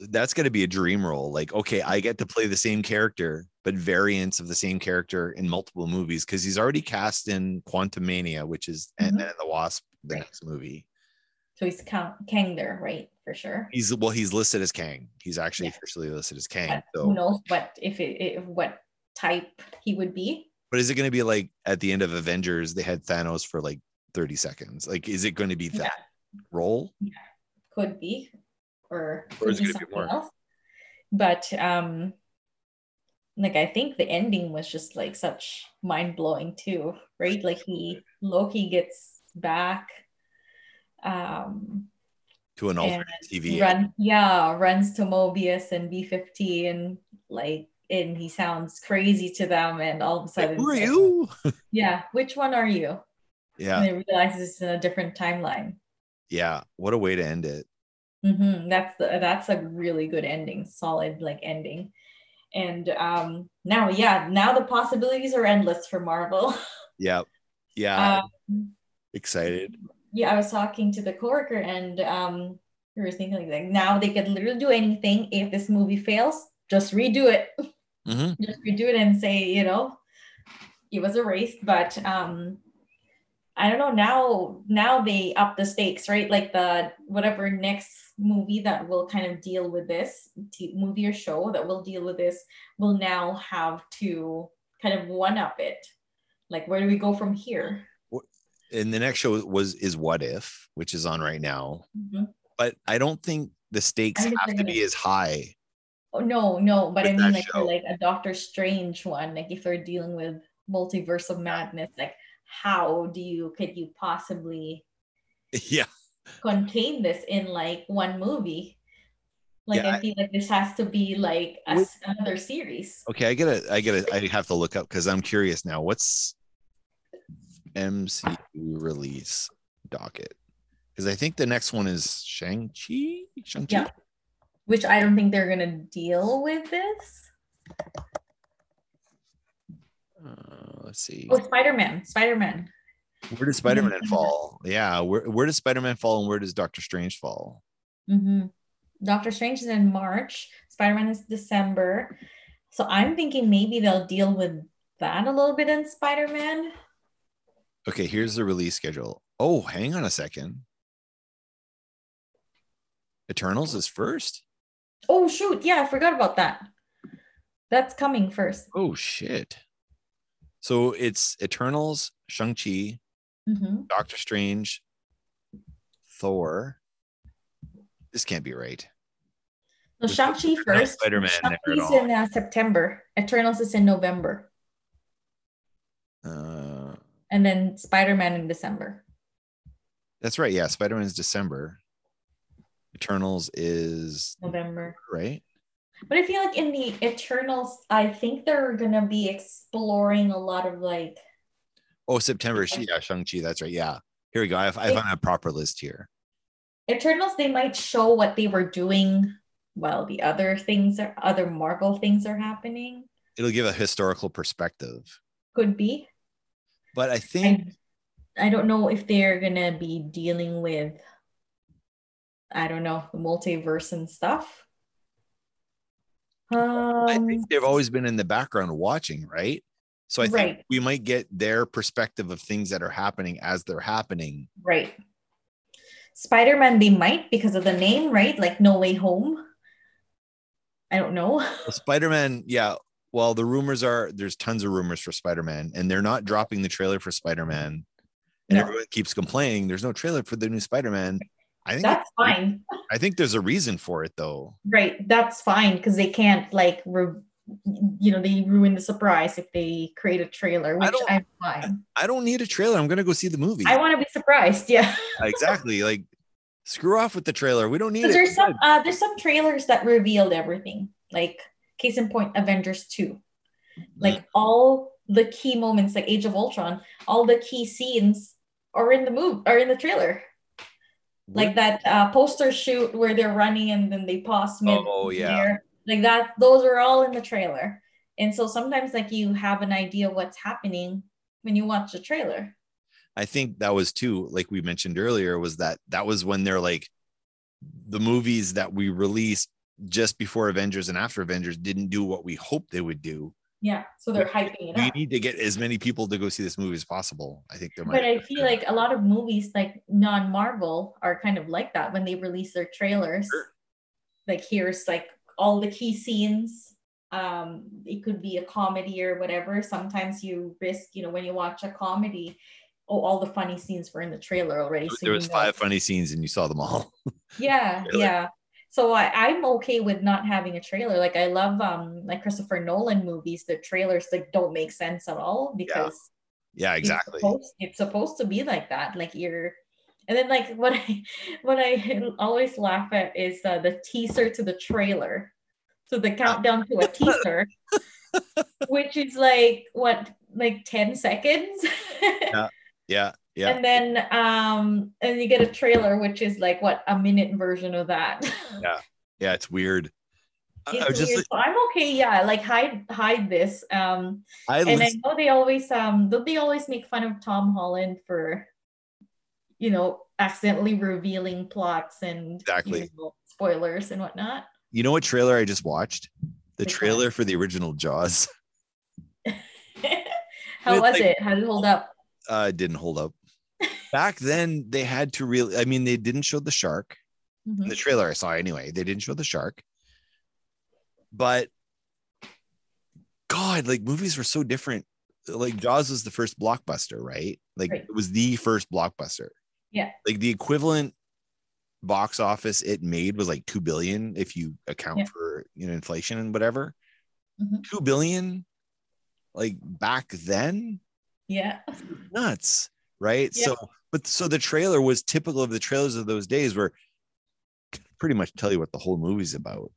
S6: that's going to be a dream role like okay i get to play the same character but variants of the same character in multiple movies because he's already cast in quantum mania which is
S7: Mhm.
S6: ant-man and the wasp the
S7: Right.
S6: next movie
S7: so he's count kang there right for sure
S6: he's well he's listed as kang he's actually
S7: Yeah.
S6: officially listed as kang
S7: but who
S6: so
S7: knows what if it if what type he would be
S6: But is it going to be like at the end of Avengers, they had Thanos for like 30 seconds? Like, is it going to be that role?
S7: could be
S6: Or
S7: or, could
S6: is it
S7: be
S6: gonna be
S7: something
S6: more?
S7: else but um like i think the ending was just like such mind-blowing too right like he loki gets back um
S6: To an alternate
S7: and
S6: TV.
S7: run yeah runs to mobius and b50 and like and he sounds crazy to them and all of a sudden
S6: Who are
S7: it's like,
S6: you?
S7: yeah which one are you
S6: Yeah.
S7: and they realize it's in a different timeline
S6: Yeah. What a way to end it.
S7: hmm That's the, that's a really good ending, solid like ending. And um, now, yeah, now the possibilities are endless for Marvel.
S6: Yeah. Yeah.
S7: Uh,
S6: Excited.
S7: yeah, I was talking to the coworker, and um, we were thinking like, like now they could literally do anything. If this movie fails, just redo it,
S6: Mhm.
S7: just redo it, and say you know, it was erased. But um, I don't know now. Now they up the stakes, right? Like the whatever next movie that will kind of deal with this t- movie or show that will deal with this will now have to kind of one up it. Like where do we go from here?
S6: And the next show was is What If, which is on right now.
S7: Mhm.
S6: But I don't think the stakes
S7: I think
S6: have
S7: they're
S6: to
S7: gonna-
S6: be as high.
S7: Oh, no, no, but I
S6: With
S7: mean
S6: that
S7: like for
S6: show.
S7: like a Doctor Strange one. Like if they're dealing with multiverse of madness, like how do you could you possibly
S6: Yeah.
S7: contain this in like one movie? Like
S6: Yeah,
S7: I feel like this has to be like a,
S6: Would-
S7: another series.
S6: Okay. I gotta, I gotta, I have to look up because I'm curious now. What's MCU release docket? Because I think the next one is Shang-Chi. Shang-Chi.
S7: Yeah. which I don't think they're gonna deal with this.
S6: Uh, let's see.
S7: Oh, Spider Man, Spider Man.
S6: Where does Spider Man fall? Yeah. Where, where does Spider Man fall and where does Doctor Strange fall?
S7: Mm-hmm. Doctor Strange is in March. Spider Man is December. So I'm thinking maybe they'll deal with that a little bit in Spider Man.
S6: Okay. Here's the release schedule. Oh, hang on a second. Eternals is first.
S7: Oh shoot, yeah, I forgot about that. That's coming first.
S6: Oh, shit. So it's Eternals, Shang-Chi,
S7: Mm-hmm.
S6: Doctor Strange, Thor. This can't be right.
S7: So
S6: With
S7: Shang Chi
S6: No
S7: first.
S6: Spider Man
S7: Shang
S6: there at
S7: Chi's
S6: all.
S7: in uh, September. Eternals is in November,
S6: Uh,
S7: and then Spider Man in December.
S6: that's right. Yeah. Spider Man is December. Eternals is
S7: November.
S6: right.
S7: But I feel like in the Eternals, I think they're gonna be exploring a lot of like
S6: Oh, September. Sh- Yeah. Shang-Chi. That's right. Yeah. Here we go. I have, I found a proper list here.
S7: Eternals, they might show what they were doing while the other things are other Marvel things are happening.
S6: It'll give a historical perspective.
S7: Could be.
S6: But I think,
S7: I, I don't know if they're gonna be dealing with I don't know, the multiverse and stuff. Um,
S6: I think they've always been in the background watching, right? So I think
S7: Right.
S6: we might get their perspective of things that are happening as they're happening.
S7: right. Spider-Man they might because of the name, right? Like No Way Home. I don't know.
S6: Well, Spider-Man, yeah. Well, the rumors are there's tons of rumors for Spider-Man, and they're not dropping the trailer for Spider-Man. And
S7: No.
S6: everyone keeps complaining there's no trailer for the new Spider-Man. I think
S7: That's fine.
S6: I think there's a reason for it though.
S7: Right, that's fine because they can't like, re- you know, they ruin the surprise if they create a trailer, which
S6: don't-
S7: I'm fine.
S6: I don't need a trailer. I'm gonna go see the movie.
S7: I want to be surprised, yeah.
S6: exactly. Like screw off with the trailer. We don't need it.
S7: Because there's some uh, there's some trailers that revealed everything. Like case in point, Avengers two,
S6: Mm-hmm.
S7: like all the key moments, like Age of Ultron, all the key scenes are in the move are in the trailer. Like that uh, poster shoot where they're running and then they pause mid.
S6: Oh, yeah.
S7: there. Like that, those are all in the trailer. And so sometimes, like you have an idea what's happening when you watch the trailer.
S6: I think that was too, like we mentioned earlier, was that that was when they're like the movies that we released just before Avengers and after Avengers didn't do what we hoped they would do.
S7: Yeah, so they're hyping it
S6: we
S7: up.
S6: need to get as many people to go see this movie as possible. I think there might.
S7: But I feel like a lot of movies, like non Marvel, are kind of like that when they release their trailers.
S6: Sure.
S7: Like, here's like all the key scenes. Um, it could be a comedy or whatever. Sometimes you risk, you know, when you watch a comedy, oh, all the funny scenes were in the trailer already. so
S6: there
S7: you
S6: was
S7: know.
S6: five funny scenes and you saw them all.
S7: yeah
S6: Really?
S7: yeah so I, i'm okay with not having a trailer like i love um like christopher nolan movies the trailers like don't make sense at all because
S6: Yeah, exactly.
S7: it's supposed, it's supposed to be like that like you're and then like what i what i always laugh at is uh, the teaser to the trailer So the countdown to a teaser, which is like what, like 10 seconds?
S6: Yeah. Yeah.
S7: And then um and you get a trailer, which is like what a minute version of that.
S6: yeah. It's weird. I, I
S7: It's
S6: was just
S7: weird. So I'm okay, yeah. Like hide hide this. Um
S6: I
S7: and I
S6: listened-
S7: know they always um don't they always make fun of Tom Holland for you know accidentally revealing plots and
S6: Exactly.
S7: you know, spoilers and whatnot.
S6: you know what trailer I just watched? The
S7: Which one?
S6: trailer for the original Jaws
S7: How
S6: It's
S7: was
S6: like-
S7: it? How did it hold up?
S6: uh it didn't hold up. Back then they had to really I mean they didn't show the shark. in
S7: Mhm.
S6: the trailer I saw anyway. They didn't show the shark. But God, like movies were so different. Like Jaws was the first blockbuster, right? Like
S7: Right.
S6: it was the first blockbuster.
S7: Yeah.
S6: Like the equivalent box office it made was like 2 billion if you account
S7: Yeah.
S6: for, you know, inflation and whatever.
S7: Mhm.
S6: 2 billion like back then
S7: Yeah.
S6: nuts, right?
S7: Yeah.
S6: So, but so the trailer was typical of the trailers of those days, where could pretty much tell you what the whole movie's about.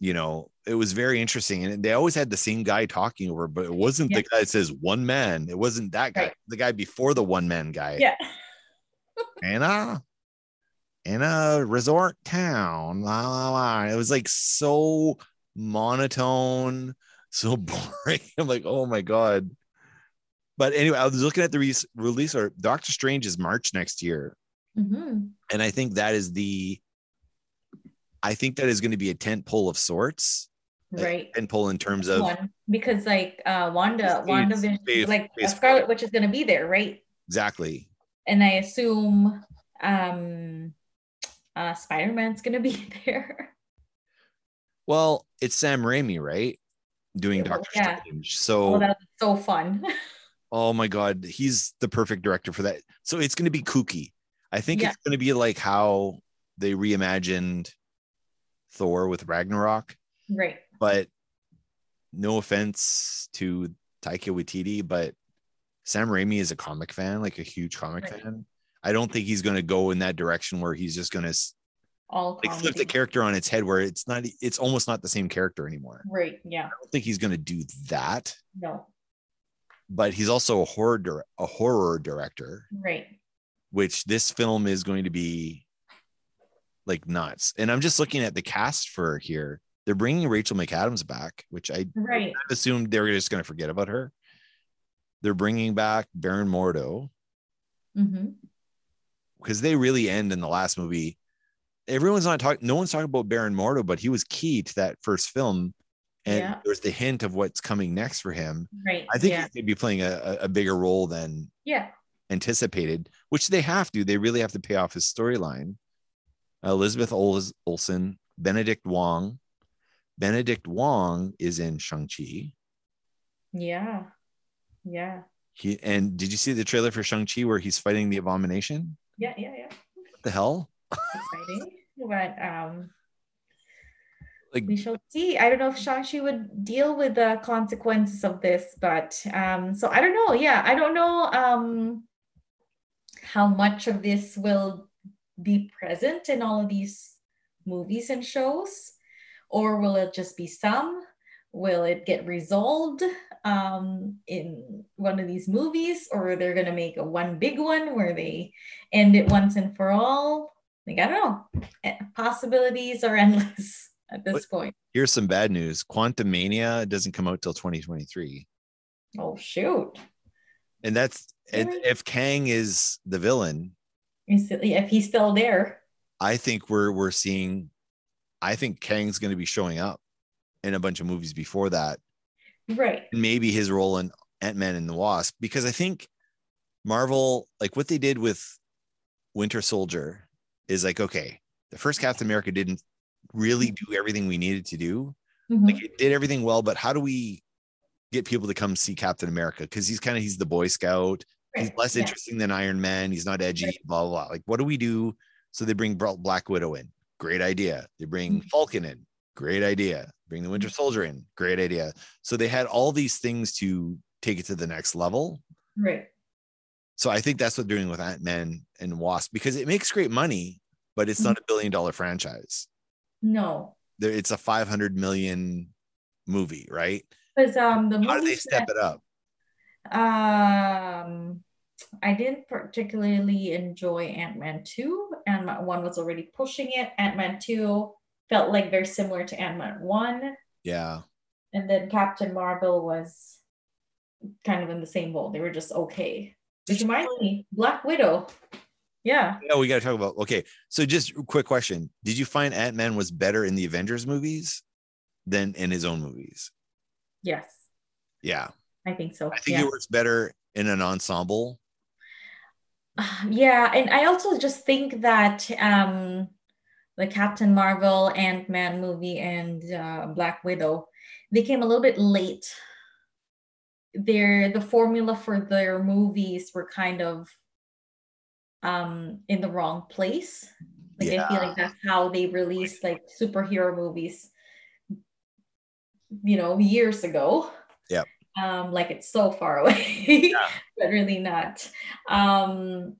S6: You know, it was very interesting, and they always had the same guy talking over, but it wasn't the
S7: Yeah.
S6: guy that says one man. It wasn't that guy.
S7: Right.
S6: The guy before the one man guy.
S7: Yeah.
S6: Anna. In a resort town, la la la. It was like so monotone, so boring. I'm like, oh my god. But anyway, I was looking at the re- release or Doctor Strange is March next year.
S7: Mhm.
S6: And I think that is the I think that is going to be a tent pole of sorts. Like,
S7: Right.
S6: Tent pole in terms of
S7: One. Because like uh Wanda,
S6: Space-
S7: Wanda
S6: space-
S7: like uh,
S6: space
S7: Scarlet Witch is gonna be there, right?
S6: exactly.
S7: And I assume um uh Spider-Man's gonna be there.
S6: Well, it's Sam Raimi, right? Doing
S7: Yeah, well,
S6: Doctor
S7: yeah.
S6: Strange. So
S7: Oh, that was so fun.
S6: Oh my God, he's the perfect director for that. So it's going to be kooky. I think
S7: Yeah.
S6: it's going to be like how they reimagined Thor with Ragnarok,
S7: right.
S6: but no offense to Taika Waititi, but Sam Raimi is a comic fan, like a huge comic
S7: Right.
S6: fan. I don't think he's going to go in that direction where he's just going to
S7: All
S6: like flip the
S7: comedy.
S6: character on its head, where it's not, e, it's almost not the same character anymore.
S7: Right. Yeah.
S6: I don't think he's going to do that.
S7: No.
S6: But he's also a horror, dir- a horror director.
S7: Right.
S6: which this film is going to be like nuts. And I'm just looking at the cast for here. They're bringing Rachel McAdams back, which I
S7: Right.
S6: assumed they were just going to forget about her. They're bringing back Baron Mordo
S7: Mm-hmm.
S6: because they really end in the last movie. Everyone's not talking, no one's talking about Baron Mordo, but he was key to that first film. And
S7: Yeah.
S6: there's the hint of what's coming next for him.
S7: Right.
S6: I think
S7: Yeah.
S6: he's going to be playing a, a- a bigger role than
S7: yeah.
S6: anticipated, which they have to. They really have to pay off his storyline. Elizabeth Ol- Olsen, Benedict Wong. Benedict Wong is in Shang-Chi.
S7: Yeah. Yeah.
S6: He, and did you see the trailer for Shang-Chi where he's fighting the abomination?
S7: Yeah. Yeah. Yeah.
S6: What the hell?
S7: Exciting. But um,
S6: Like,
S7: we shall see. I don't know if Shang-Chi would deal with the consequences of this, but um, so I don't know. Yeah. I don't know um how much of this will be present in all of these movies and shows, or will it just be some? Will it get resolved um, in one of these movies, or they're gonna make a one big one where they end it once and for all? Like I don't know. Eh, Possibilities are endless at this point.
S6: here's some bad news. Quantum Mania doesn't come out till 2023.
S7: Oh shoot!
S6: And that's and
S7: Really?
S6: if Kang is the villain,
S7: Is it- If he's still there,
S6: I think we're we're seeing I think Kang's going to be showing up in a bunch of movies before that.
S7: right?
S6: and maybe his role in Ant Man and the Wasp, because I think Marvel, like what they did with Winter Soldier, is like, okay, the first Captain America didn't really do everything we needed to do.
S7: Mhm.
S6: Like it did everything well, but how do we get people to come see Captain America? Because he's kind of he's the Boy Scout. He's
S7: Right.
S6: less
S7: Yeah.
S6: interesting than Iron Man. He's not edgy,
S7: Right.
S6: blah, blah, blah. Like, what do we do? So they bring Bra- Black Widow in. Great idea. They bring Falcon in. Great idea. Bring the Winter Soldier in. Great idea. So they had all these things to take it to the next level.
S7: Right.
S6: So I think that's what they're doing with Ant Man and Wasp because it makes great money, but it's not a billion dollar franchise.
S7: No.
S6: there it's a 500 million movie, right?
S7: Because um, the
S6: How do they
S7: movies
S6: step it up?
S7: that, um, I didn't particularly enjoy Ant Man two. Ant Man one was already pushing it. Ant Man two felt like very similar to Ant Man one,
S6: Yeah.
S7: and then Captain Marvel was kind of in the same boat. They were just okay. Did you mind me? Black Widow. Yeah.
S6: Yeah, we got to talk about. Okay, so just a quick question: Did you find Ant Man was better in the Avengers movies than in his own movies?
S7: Yes.
S6: Yeah,
S7: I think so.
S6: I think
S7: yeah.
S6: he works better in an ensemble.
S7: yeah and i also just think that um the captain marvel ant-man movie and uh, black widow they came a little bit late their the formula for their movies were kind of um in the wrong place like i feel like that's how they released like superhero movies you know years ago
S6: Yep.
S7: um like it's so far away but really not um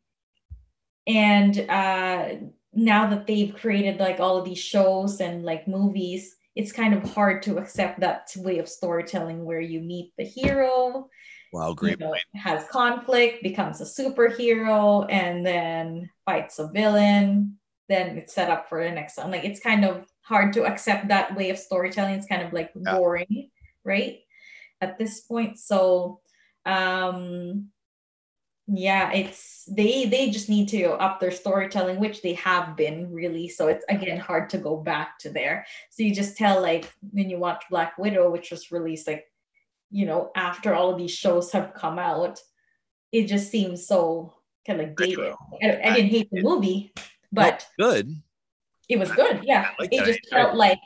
S7: and uh now that they've created like all of these shows and like movies it's kind of hard to accept that way of storytelling where you meet the hero
S6: Wow,
S7: you
S6: great.
S7: know, has conflict becomes a superhero and then fights a villain then it's set up for the next one like it's kind of hard to accept that way of storytelling it's kind of like
S6: Yeah.
S7: boring right at this point so um yeah it's they they just need to up their storytelling which they have been really so it's again hard to go back to there so you just tell like when you watch black widow which was released like you know after all of these shows have come out it just seems so kind of like dated I, I didn't hate the movie but
S6: Good.
S7: it was good yeah
S6: like
S7: it
S6: that.
S7: just
S6: I- I-
S7: felt like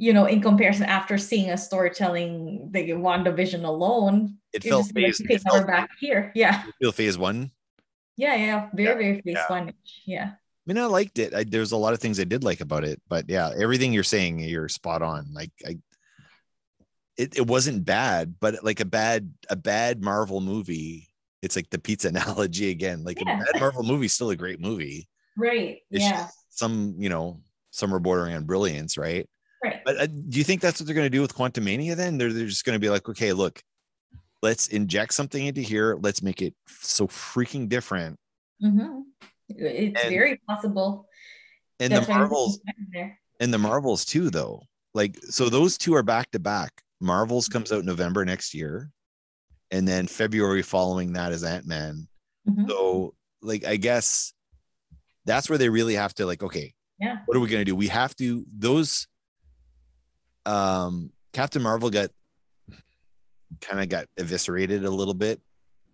S7: you know in comparison after seeing a storytelling the wandavision alone
S6: It
S7: it
S6: felt
S7: just
S6: phase.
S7: feels
S6: It
S7: like, okay, now
S6: felt,
S7: we're back here yeah
S6: it feel phase one.
S7: yeah yeah very very phase
S6: yeah.
S7: one yeah
S6: I mean, I liked it. I, there's a lot of things I did like about it, but yeah, everything you're saying, you're spot on. Like, I, it, it wasn't bad, but like a bad a bad Marvel movie. It's like the pizza analogy again. Like
S7: Yeah.
S6: a bad Marvel movie is still a great movie.
S7: right
S6: It's
S7: yeah
S6: just some, you know, some are bordering on brilliance, right?
S7: right
S6: But uh, do you think that's what they're going to do with Quantum Mania? Then they're they're just going to be like, okay, look, let's inject something into here. Let's make it so freaking different.
S7: hmm it's
S6: And-
S7: very possible
S6: And
S7: That's
S6: the
S7: why I'm
S6: Marvels
S7: putting there.
S6: and the Marvels too, though. Like, so those two are back to back. Marvels comes out November next year, and then February following that is Ant Man.
S7: Mhm.
S6: So, like, I guess that's where they really have to like, okay,
S7: Yeah.
S6: what are we gonna do? We have to those. Um, Captain Marvel got kind of got eviscerated a little bit.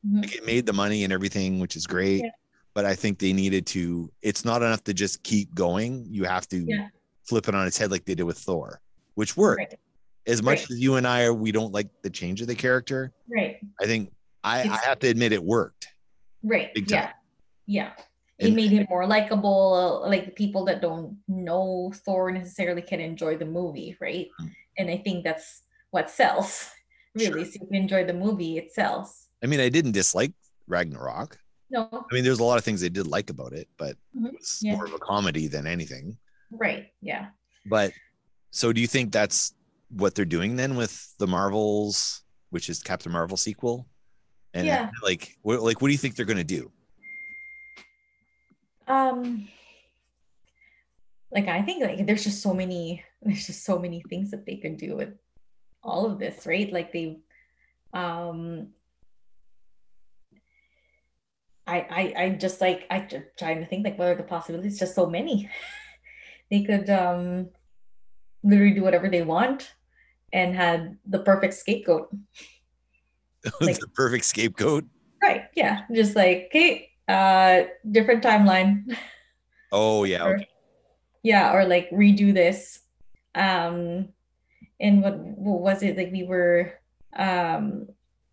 S7: Mhm.
S6: Like it made the money and everything, which is great.
S7: Yeah.
S6: But I think they needed to. It's not enough to just keep going. You have to
S7: Yeah.
S6: flip it on its head like they did with Thor, which worked.
S7: Right.
S6: As much
S7: Right.
S6: as you and I are, we don't like the change of the character.
S7: right
S6: I think I, I
S7: It's-
S6: have to admit it worked.
S7: right
S6: Big
S7: yeah
S6: time.
S7: yeah it
S6: And-
S7: made him more likable like people that don't know thor necessarily can enjoy the movie right
S6: Mm.
S7: and i think that's what sells really so if you enjoy the movie it sells
S6: I mean, I didn't dislike Ragnarok.
S7: no
S6: I mean, there's a lot of things I did like about it, but
S7: Mhm.
S6: it was
S7: Yeah.
S6: more of a comedy than anything.
S7: right yeah
S6: But so, do you think that's what they're doing then with the Marvels, which is Captain Marvel sequel? And
S7: Yeah.
S6: like, what, like, what do you think they're going to do?
S7: um like i think like there's just so many there's just so many things that they could do with all of this right like they um i i i just like i ju- trying to think like what are the possibilities just so many they could um literally do whatever they want and had the perfect scapegoat Like-
S6: the perfect scapegoat.
S7: right yeah just like okay uh different timeline
S6: Oh yeah,
S7: Or-
S6: okay.
S7: yeah or like redo this um and what, what was it like we were um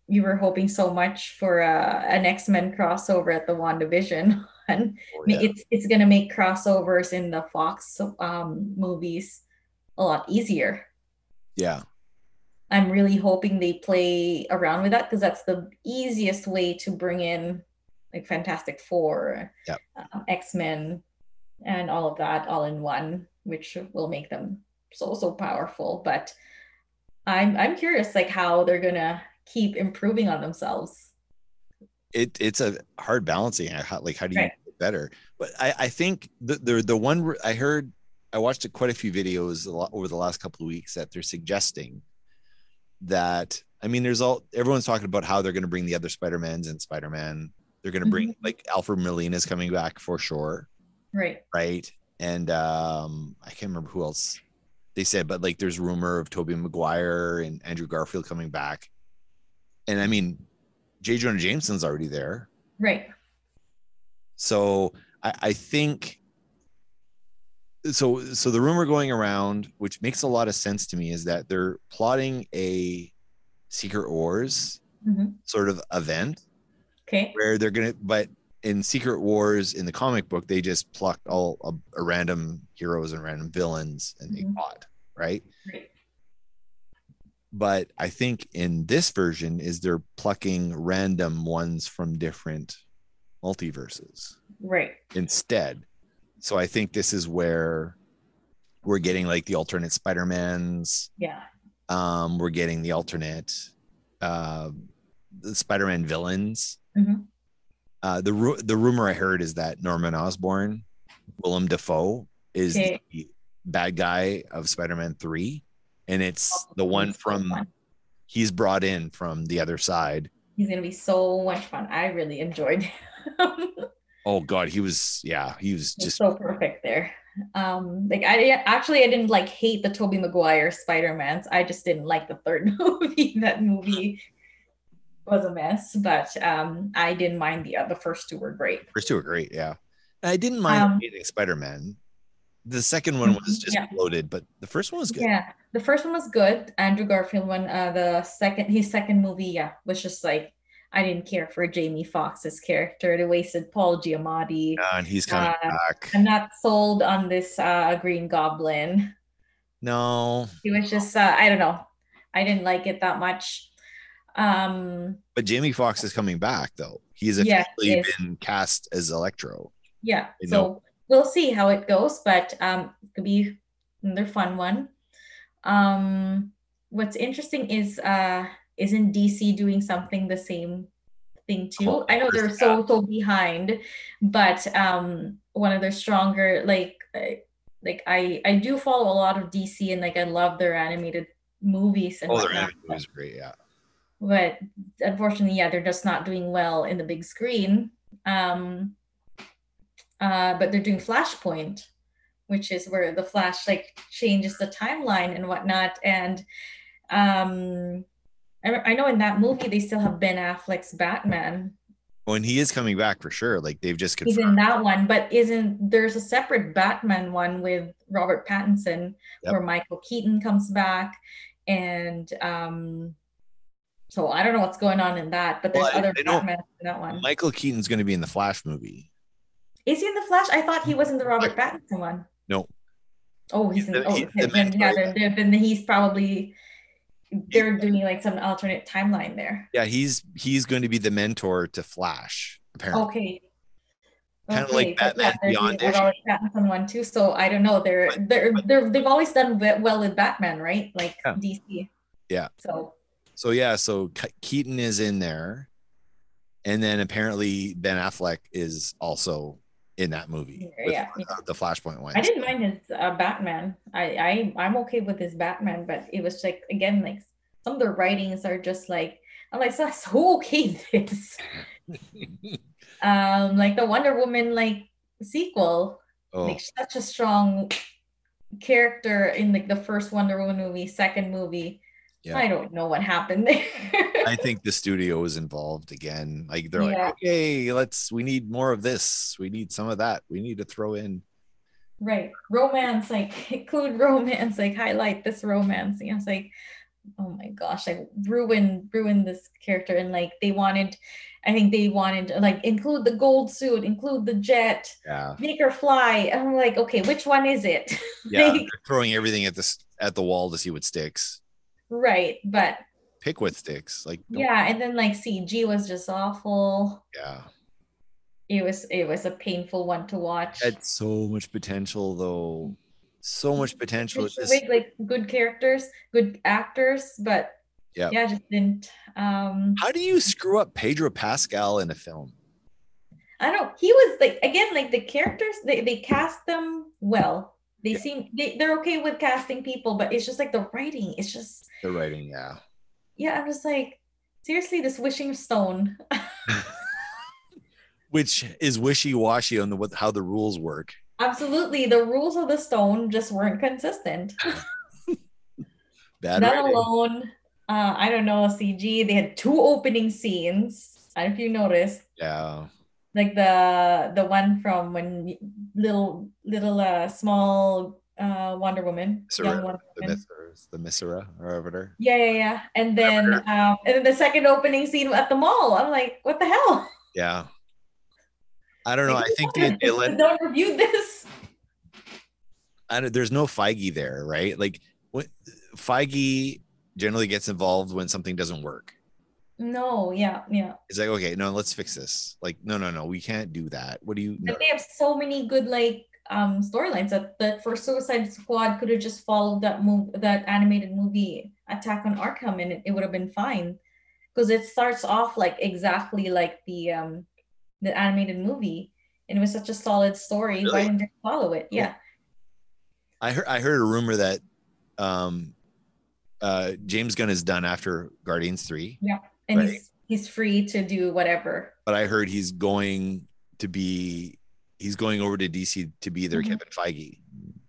S7: you were hoping so much for uh, an x-men crossover at the wandavision one
S6: Oh,
S7: I mean, it's it's gonna make crossovers in the fox um movies a lot easier
S6: yeah.
S7: i'm really hoping they play around with that because that's the easiest way to bring in like fantastic four uh,
S6: Yep.
S7: um, x-men and all of that all in one, which will make them so so powerful. But I'm I'm curious like how they're gonna keep improving on themselves.
S6: It it's a hard balancing. act. How, like how do you
S7: Right.
S6: make it better? But I I think the the the one re- I heard I watched quite a few videos a lot over the last couple of weeks that they're suggesting that I mean there's all everyone's talking about how they're going to bring the other Spider Mans and Spider Man. They're going to bring like Alfred Molina's coming back for sure.
S7: Right.
S6: right? And um, I can't remember who else they said, but like there's rumor of Toby Maguire and Andrew Garfield coming back. And I mean, J. Jonah Jameson's already there.
S7: Right.
S6: So I, I think so so the rumor going around, which makes a lot of sense to me, is that they're plotting a Secret Wars
S7: Mhm.
S6: sort of event
S7: Okay.
S6: where they're gonna but in secret wars in the comic book they just plucked all a, a random heroes and random villains and they
S7: Mhm.
S6: fought right
S7: Right.
S6: but i think in this version is they're plucking random ones from different multiverses
S7: Right.
S6: instead so i think this is where we're getting like the alternate spider-mans
S7: Yeah.
S6: um we're getting the alternate uh the spider-man villains
S7: Mhm.
S6: uh the ru- the rumor i heard is that norman osborn willem dafoe is
S7: Okay.
S6: the bad guy of spider-man 3 and it's the one
S7: Oh, He's so
S6: from
S7: fun.
S6: he's brought in from the other side
S7: He's gonna be so much fun. I really enjoyed him.
S6: oh god he was yeah he was
S7: It's
S6: just
S7: so perfect there. Um, like I didn't- actually I didn't like hate the Toby Maguire Spider-Man's. I just didn't like the third movie. that movie was a mess, but um I didn't mind the other first two were great.
S6: first two were great yeah and i didn't mind
S7: Um,
S6: meeting spider-man the second one was just
S7: Yeah.
S6: bloated but the first one was good
S7: Yeah. The first one was good. Andrew Garfield one, uh the second his second movie, yeah, was just like I didn't care for Jamie Foxx's character. They wasted Paul Giamatti.
S6: Uh, and he's coming
S7: Uh,
S6: back
S7: I'm not sold on this uh Green Goblin.
S6: no
S7: It was just uh, I don't know. I didn't like it that much. Um
S6: But Jamie Fox is coming back though. He's
S7: Yeah,
S6: officially
S7: he is.
S6: been cast as Electro.
S7: yeah,
S6: You
S7: so we'll see how it goes, but um it could be another fun one. Um what's interesting is uh isn't DC doing something the same thing too?
S6: Oh,
S7: I know they're
S6: there's
S7: so so behind, but um one of their stronger like uh, like I I do follow a lot of DC and like I love their animated movies and
S6: Oh, their
S7: whatnot,
S6: anime movies are great. Yeah.
S7: but unfortunately yeah they're just not doing well in the big screen um uh but they're doing flashpoint which is where the flash like changes the timeline and whatnot and um I, I know in that movie they still have ben affleck's batman
S6: Oh, and he is coming back for sure. Like they've just
S7: he's in
S6: confirmed.
S7: that one but isn't there's a separate batman one with robert pattinson
S6: Yep.
S7: where michael keaton comes back and um so i don't know what's going on in that but there's
S6: Well, I-
S7: other
S6: I know-
S7: batman in that one
S6: Michael Keaton's going to be in the Flash movie.
S7: is he in the flash i thought he was in the robert pattinson one
S6: No.
S7: oh he's
S6: He's
S7: in
S6: the-
S7: oh
S6: he's the
S7: then,
S6: mentor,
S7: yeah,
S6: yeah.
S7: then, then- then he's probably they're doing like some alternate timeline there
S6: Yeah, he's he's going to be the mentor to Flash. Apparently,
S7: Okay.
S6: Kinda like
S7: but
S6: Batman
S7: there's
S6: Beyond
S7: the Robert Pattinson one too. So I don't know. They're
S6: But-
S7: they're,
S6: but-
S7: they're they've always done we- well with Batman, right? Like
S6: Yeah.
S7: DC.
S6: Yeah.
S7: So
S6: so yeah, so Ke- Keaton is in there, and then apparently Ben Affleck is also in that movie.
S7: Yeah,
S6: with,
S7: yeah.
S6: uh, the Flashpoint one.
S7: I didn't mind his uh, Batman. I, I I'm okay with his Batman, but it was like again like some of the writings are just like I'm like so, so okay this. um, like the Wonder Woman like sequel
S6: Oh,
S7: like such a strong character in like the first Wonder Woman movie, second movie.
S6: Yeah.
S7: I don't know what happened there.
S6: I think the studio was involved again. Like they're
S7: Yeah.
S6: like, okay, let's we need more of this. We need some of that. We need to throw in.
S7: right. Romance, like include romance, like highlight this romance. And I was like, oh my gosh, like ruin, ruin this character. And like they wanted, I think they wanted like include the gold suit, include the jet,
S6: Yeah.
S7: make her fly. And I'm like, okay, which one is it?
S6: Yeah.
S7: Like,
S6: they're throwing everything at this at the wall to see what sticks.
S7: right. But
S6: Pick what sticks. Like don't-
S7: yeah, and then like CG was just awful.
S6: yeah.
S7: it was it was a painful one to watch
S6: Had so much potential though. so much potential. It just
S7: Wig, like good characters, good actors, but
S6: Yeah.
S7: yeah, just didn't. Um,
S6: how do you screw up Pedro Pascal in a film?
S7: I don't. He was like again, like the characters. They they cast them well. They
S6: Yeah.
S7: seem they they're okay with casting people, but it's just like the writing. It's just
S6: The writing, yeah.
S7: yeah. I'm just like seriously, this wishing stone.
S6: Which is wishy washy on the what how the rules work.
S7: Absolutely, the rules of the stone just weren't consistent.
S6: Bad
S7: that
S6: writing.
S7: alone, uh, I don't know CG. They had two opening scenes. I don't know if you noticed.
S6: Yeah.
S7: like the the one from when y- little little uh small uh Wonder Woman, young
S6: Sarah,
S7: Wonder
S6: The
S7: Woman.
S6: Mithras, the Misera or whatever.
S7: Yeah, yeah, yeah. And then um and then the second opening scene at the mall. I'm like, what the hell?
S6: Yeah. I don't know. I think they, they let
S7: don't review this.
S6: I don't, there's no Feige there, right? Like what Feige generally gets involved when something doesn't work.
S7: No, yeah, yeah.
S6: It's like, okay, no, let's fix this. Like, no, no, no, we can't do that. What do you? No.
S7: But they have so many good like um storylines that that for Suicide Squad could have just followed that move that animated movie Attack on Arkham and it, it would have been fine because it starts off like exactly like the um the animated movie and it was such a solid story why
S6: Really?
S7: didn't they follow it yeah
S6: I heard I heard a rumor that um uh James Gunn is done after Guardians 3,
S7: and
S6: Right.
S7: he's he's free to do whatever
S6: but I heard he's going to be he's going over to DC to be their
S7: Mhm.
S6: Kevin Feige.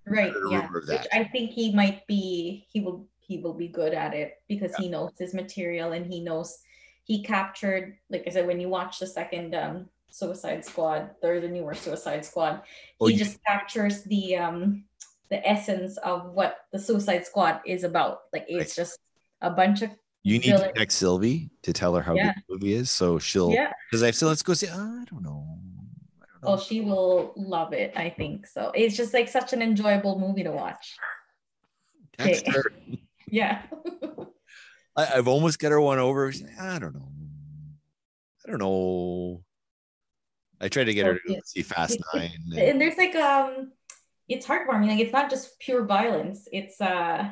S7: right
S6: heard a
S7: yeah
S6: rumor of
S7: which
S6: that.
S7: I think he might be he will he will be good at it because he knows his material and he knows he captured like I said when you watch the second um Suicide Squad or the newer Suicide Squad
S6: Oh,
S7: he
S6: you-
S7: just captures the um the essence of what the Suicide Squad is about like it's just a bunch of
S6: You need
S7: Really?
S6: to text Sylvie to tell her how
S7: Yeah.
S6: good the movie is, so she'll
S7: yeah
S6: because I've said let's go see. "Ah, I don't know. I don't know.
S7: oh she will love it I think so it's just like such an enjoyable movie to watch
S6: Text her.
S7: yeah
S6: I, I've almost got her one over. She's like, I don't know. I don't know. I tried to get her to go
S7: Okay.
S6: see Fast Nine. and-
S7: and there's like um it's heartwarming like it's not just pure violence it's uh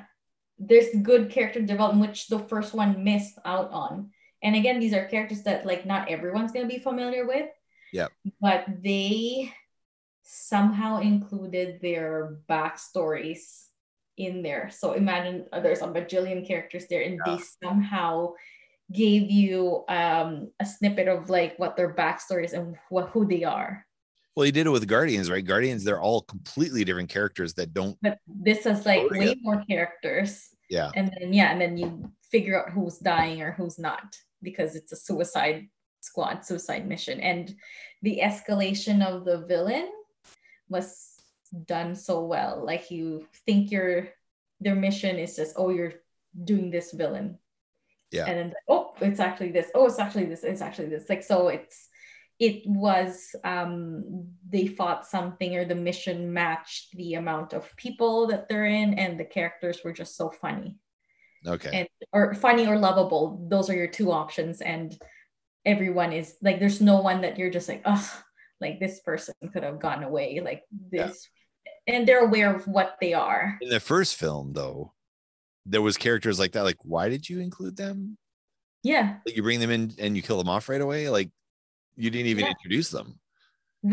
S7: there's good character development which the first one missed out on and again these are characters that like not everyone's going to be familiar with
S6: Yep.
S7: but they somehow included their backstories in there so imagine uh, there's a bajillion characters there and they somehow gave you um a snippet of like what their backstory is and wh- who they are
S6: Well, he did it with Guardians, right? Guardians, they're all completely different characters that don't.
S7: but this has like
S6: Totally
S7: way more characters
S6: Oh, Yeah.
S7: and then yeah and then you figure out who's dying or who's not because it's a suicide squad suicide mission and the escalation of the villain was done so well like you think your their mission is just oh you're doing this villain
S6: Yeah.
S7: and then oh it's actually this oh it's actually this it's actually this like so it's it was um they fought something or the mission matched the amount of people that they're in and the characters were just so funny
S6: Okay.
S7: and or funny or lovable those are your two options and everyone is like there's no one that you're just like oh like this person could have gone away like
S6: Yeah.
S7: this and they're aware of what they are
S6: In the first film, though, there was characters like that. Like, why did you include them?
S7: yeah
S6: Like, you bring them in and you kill them off right away. Like, you didn't even
S7: Yeah.
S6: introduce them.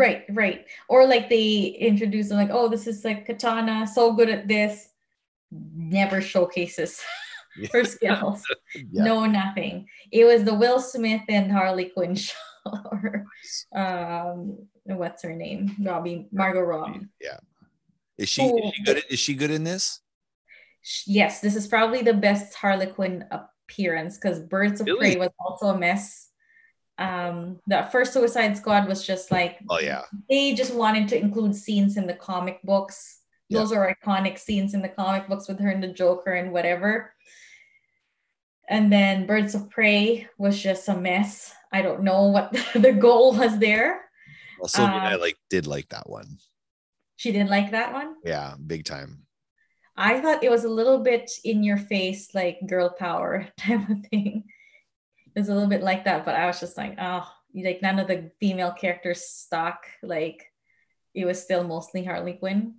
S7: right right or like they introduce them like oh this is like katana so good at this never showcases
S6: Yeah.
S7: her skills
S6: Yeah.
S7: no nothing it was the will smith and harley quinn show or um what's her name robbie margot robbie
S6: Yeah. Is she,
S7: Cool.
S6: is she good? at- Is she good in this?
S7: Sh- yes this is probably the best harlequin appearance because birds of prey
S6: Really?
S7: was also a mess um that first suicide squad was just like
S6: Oh yeah.
S7: they just wanted to include scenes in the comic books.
S6: Yeah.
S7: Those are iconic scenes in the comic books with her and the Joker and whatever. And then Birds of Prey was just a mess. I don't know what the goal was there.
S6: Well, Sylvia and I
S7: Um,
S6: like did like that one.
S7: She didn't like that one.
S6: Yeah, big time.
S7: I thought it was a little bit in your face, like girl power type of thing. It was a little bit like that, but I was just like, oh, like none of the female characters stuck. Like it was still mostly Harley Quinn.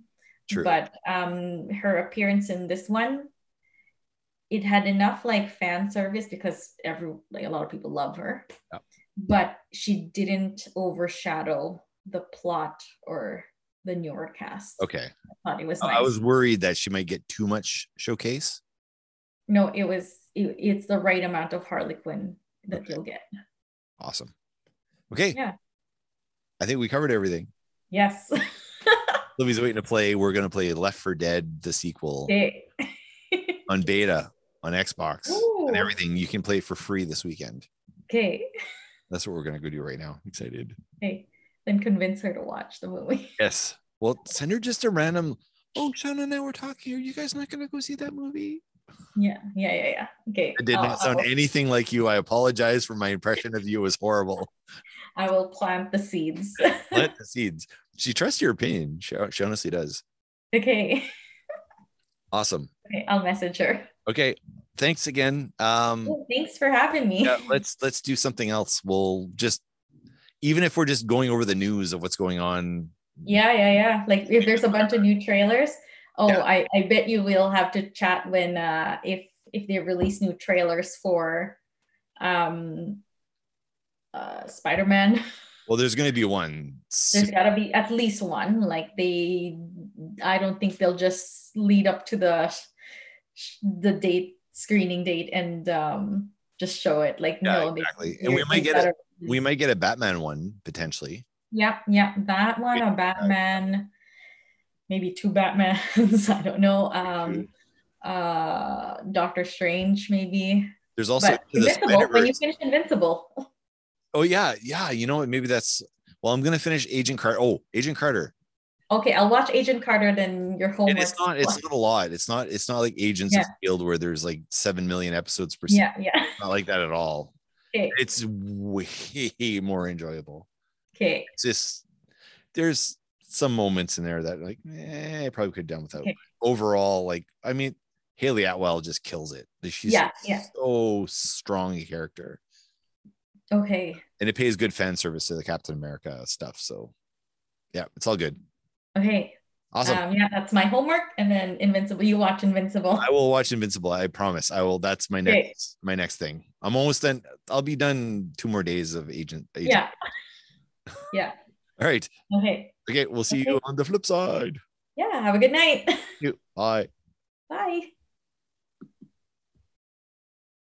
S6: True.
S7: but um her appearance in this one it had enough like fan service because every like a lot of people love her
S6: Yeah.
S7: but she didn't overshadow the plot or the newer cast
S6: okay. Oh,
S7: i thought it was nice
S6: I was worried that she might get too much showcase.
S7: no it was it, it's the right amount of harlequin that
S6: Okay.
S7: you'll get
S6: Awesome. Okay.
S7: Yeah.
S6: I think we covered everything.
S7: yes
S6: Livy's waiting to play. We're gonna play Left for Dead, the sequel
S7: They-
S6: on beta on Xbox
S7: Ooh.
S6: and everything. You can play it for free this weekend.
S7: okay
S6: That's what we're gonna go do right now. Excited.
S7: okay then convince her to watch the movie
S6: Yes. Well, send her just a random. Oh, Sean and I were talking. Are you guys not gonna go see that movie?
S7: yeah yeah yeah yeah okay
S6: It did
S7: I'll-
S6: not sound
S7: I'll-
S6: anything like you. I apologize for my impression of you It was horrible.
S7: I will plant the seeds.
S6: Plant the seeds. She trusts your opinion. She, she honestly does.
S7: okay.
S6: Awesome.
S7: Okay. I'll message her.
S6: Okay. Thanks again. Um,
S7: Well, thanks for having me.
S6: yeah, let's let's do something else. We'll just even if we're just going over the news of what's going on.
S7: Yeah, yeah, yeah. Like if there's a bunch of new trailers, oh,
S6: Yeah.
S7: I, I bet you we'll have to chat when uh if if they release new trailers for um uh Spider-Man.
S6: Well, there's going to be one. soon.
S7: There's gotta be at least one. Like they I don't think they'll just lead up to the sh- sh- the date screening date and um just show it. Like
S6: Yeah,
S7: no, they-
S6: exactly. And we
S7: there's
S6: might
S7: things
S6: get
S7: that
S6: a-
S7: are
S6: We might get a Batman one potentially.
S7: Yep, yep. That one or Batman, maybe two Batmans. I don't know. Um,
S6: Hmm.
S7: uh, Doctor Strange, maybe.
S6: There's also
S7: But
S6: the
S7: Invincible. When you
S6: Spider-Verse-
S7: finish Invincible,
S6: Oh yeah, yeah. You know what? Maybe that's. Well, I'm going to finish Agent Carter. Oh, Agent Carter.
S7: okay, I'll watch Agent Carter. Then your homework.
S6: And it's not. It's not a lot. It's not. It's not like Agents of Field E where there's like seven million episodes per. season.
S7: yeah, yeah.
S6: It's Not like that at all.
S7: Okay,
S6: It's way more enjoyable.
S7: okay,
S6: it's just there's some moments in there that like eh, I probably could have done without.
S7: Okay.
S6: Overall, like I mean, Haley Atwell just kills it. She's
S7: Yeah, yeah.
S6: so strong a character,
S7: okay,
S6: and it pays good fan service to the Captain America stuff. So, yeah, it's all good.
S7: okay.
S6: Awesome.
S7: Um, yeah, that's my homework. And then Invincible. You watch Invincible.
S6: I will watch Invincible. I promise. I will. That's my
S7: Okay.
S6: next my next thing. I'm almost done. I'll be done two more days of Agent. Agent.
S7: Yeah.
S6: All right.
S7: Okay.
S6: Okay. We'll see you
S7: Okay.
S6: on the flip side.
S7: Yeah. Have a good night.
S6: You. Bye.
S7: Bye.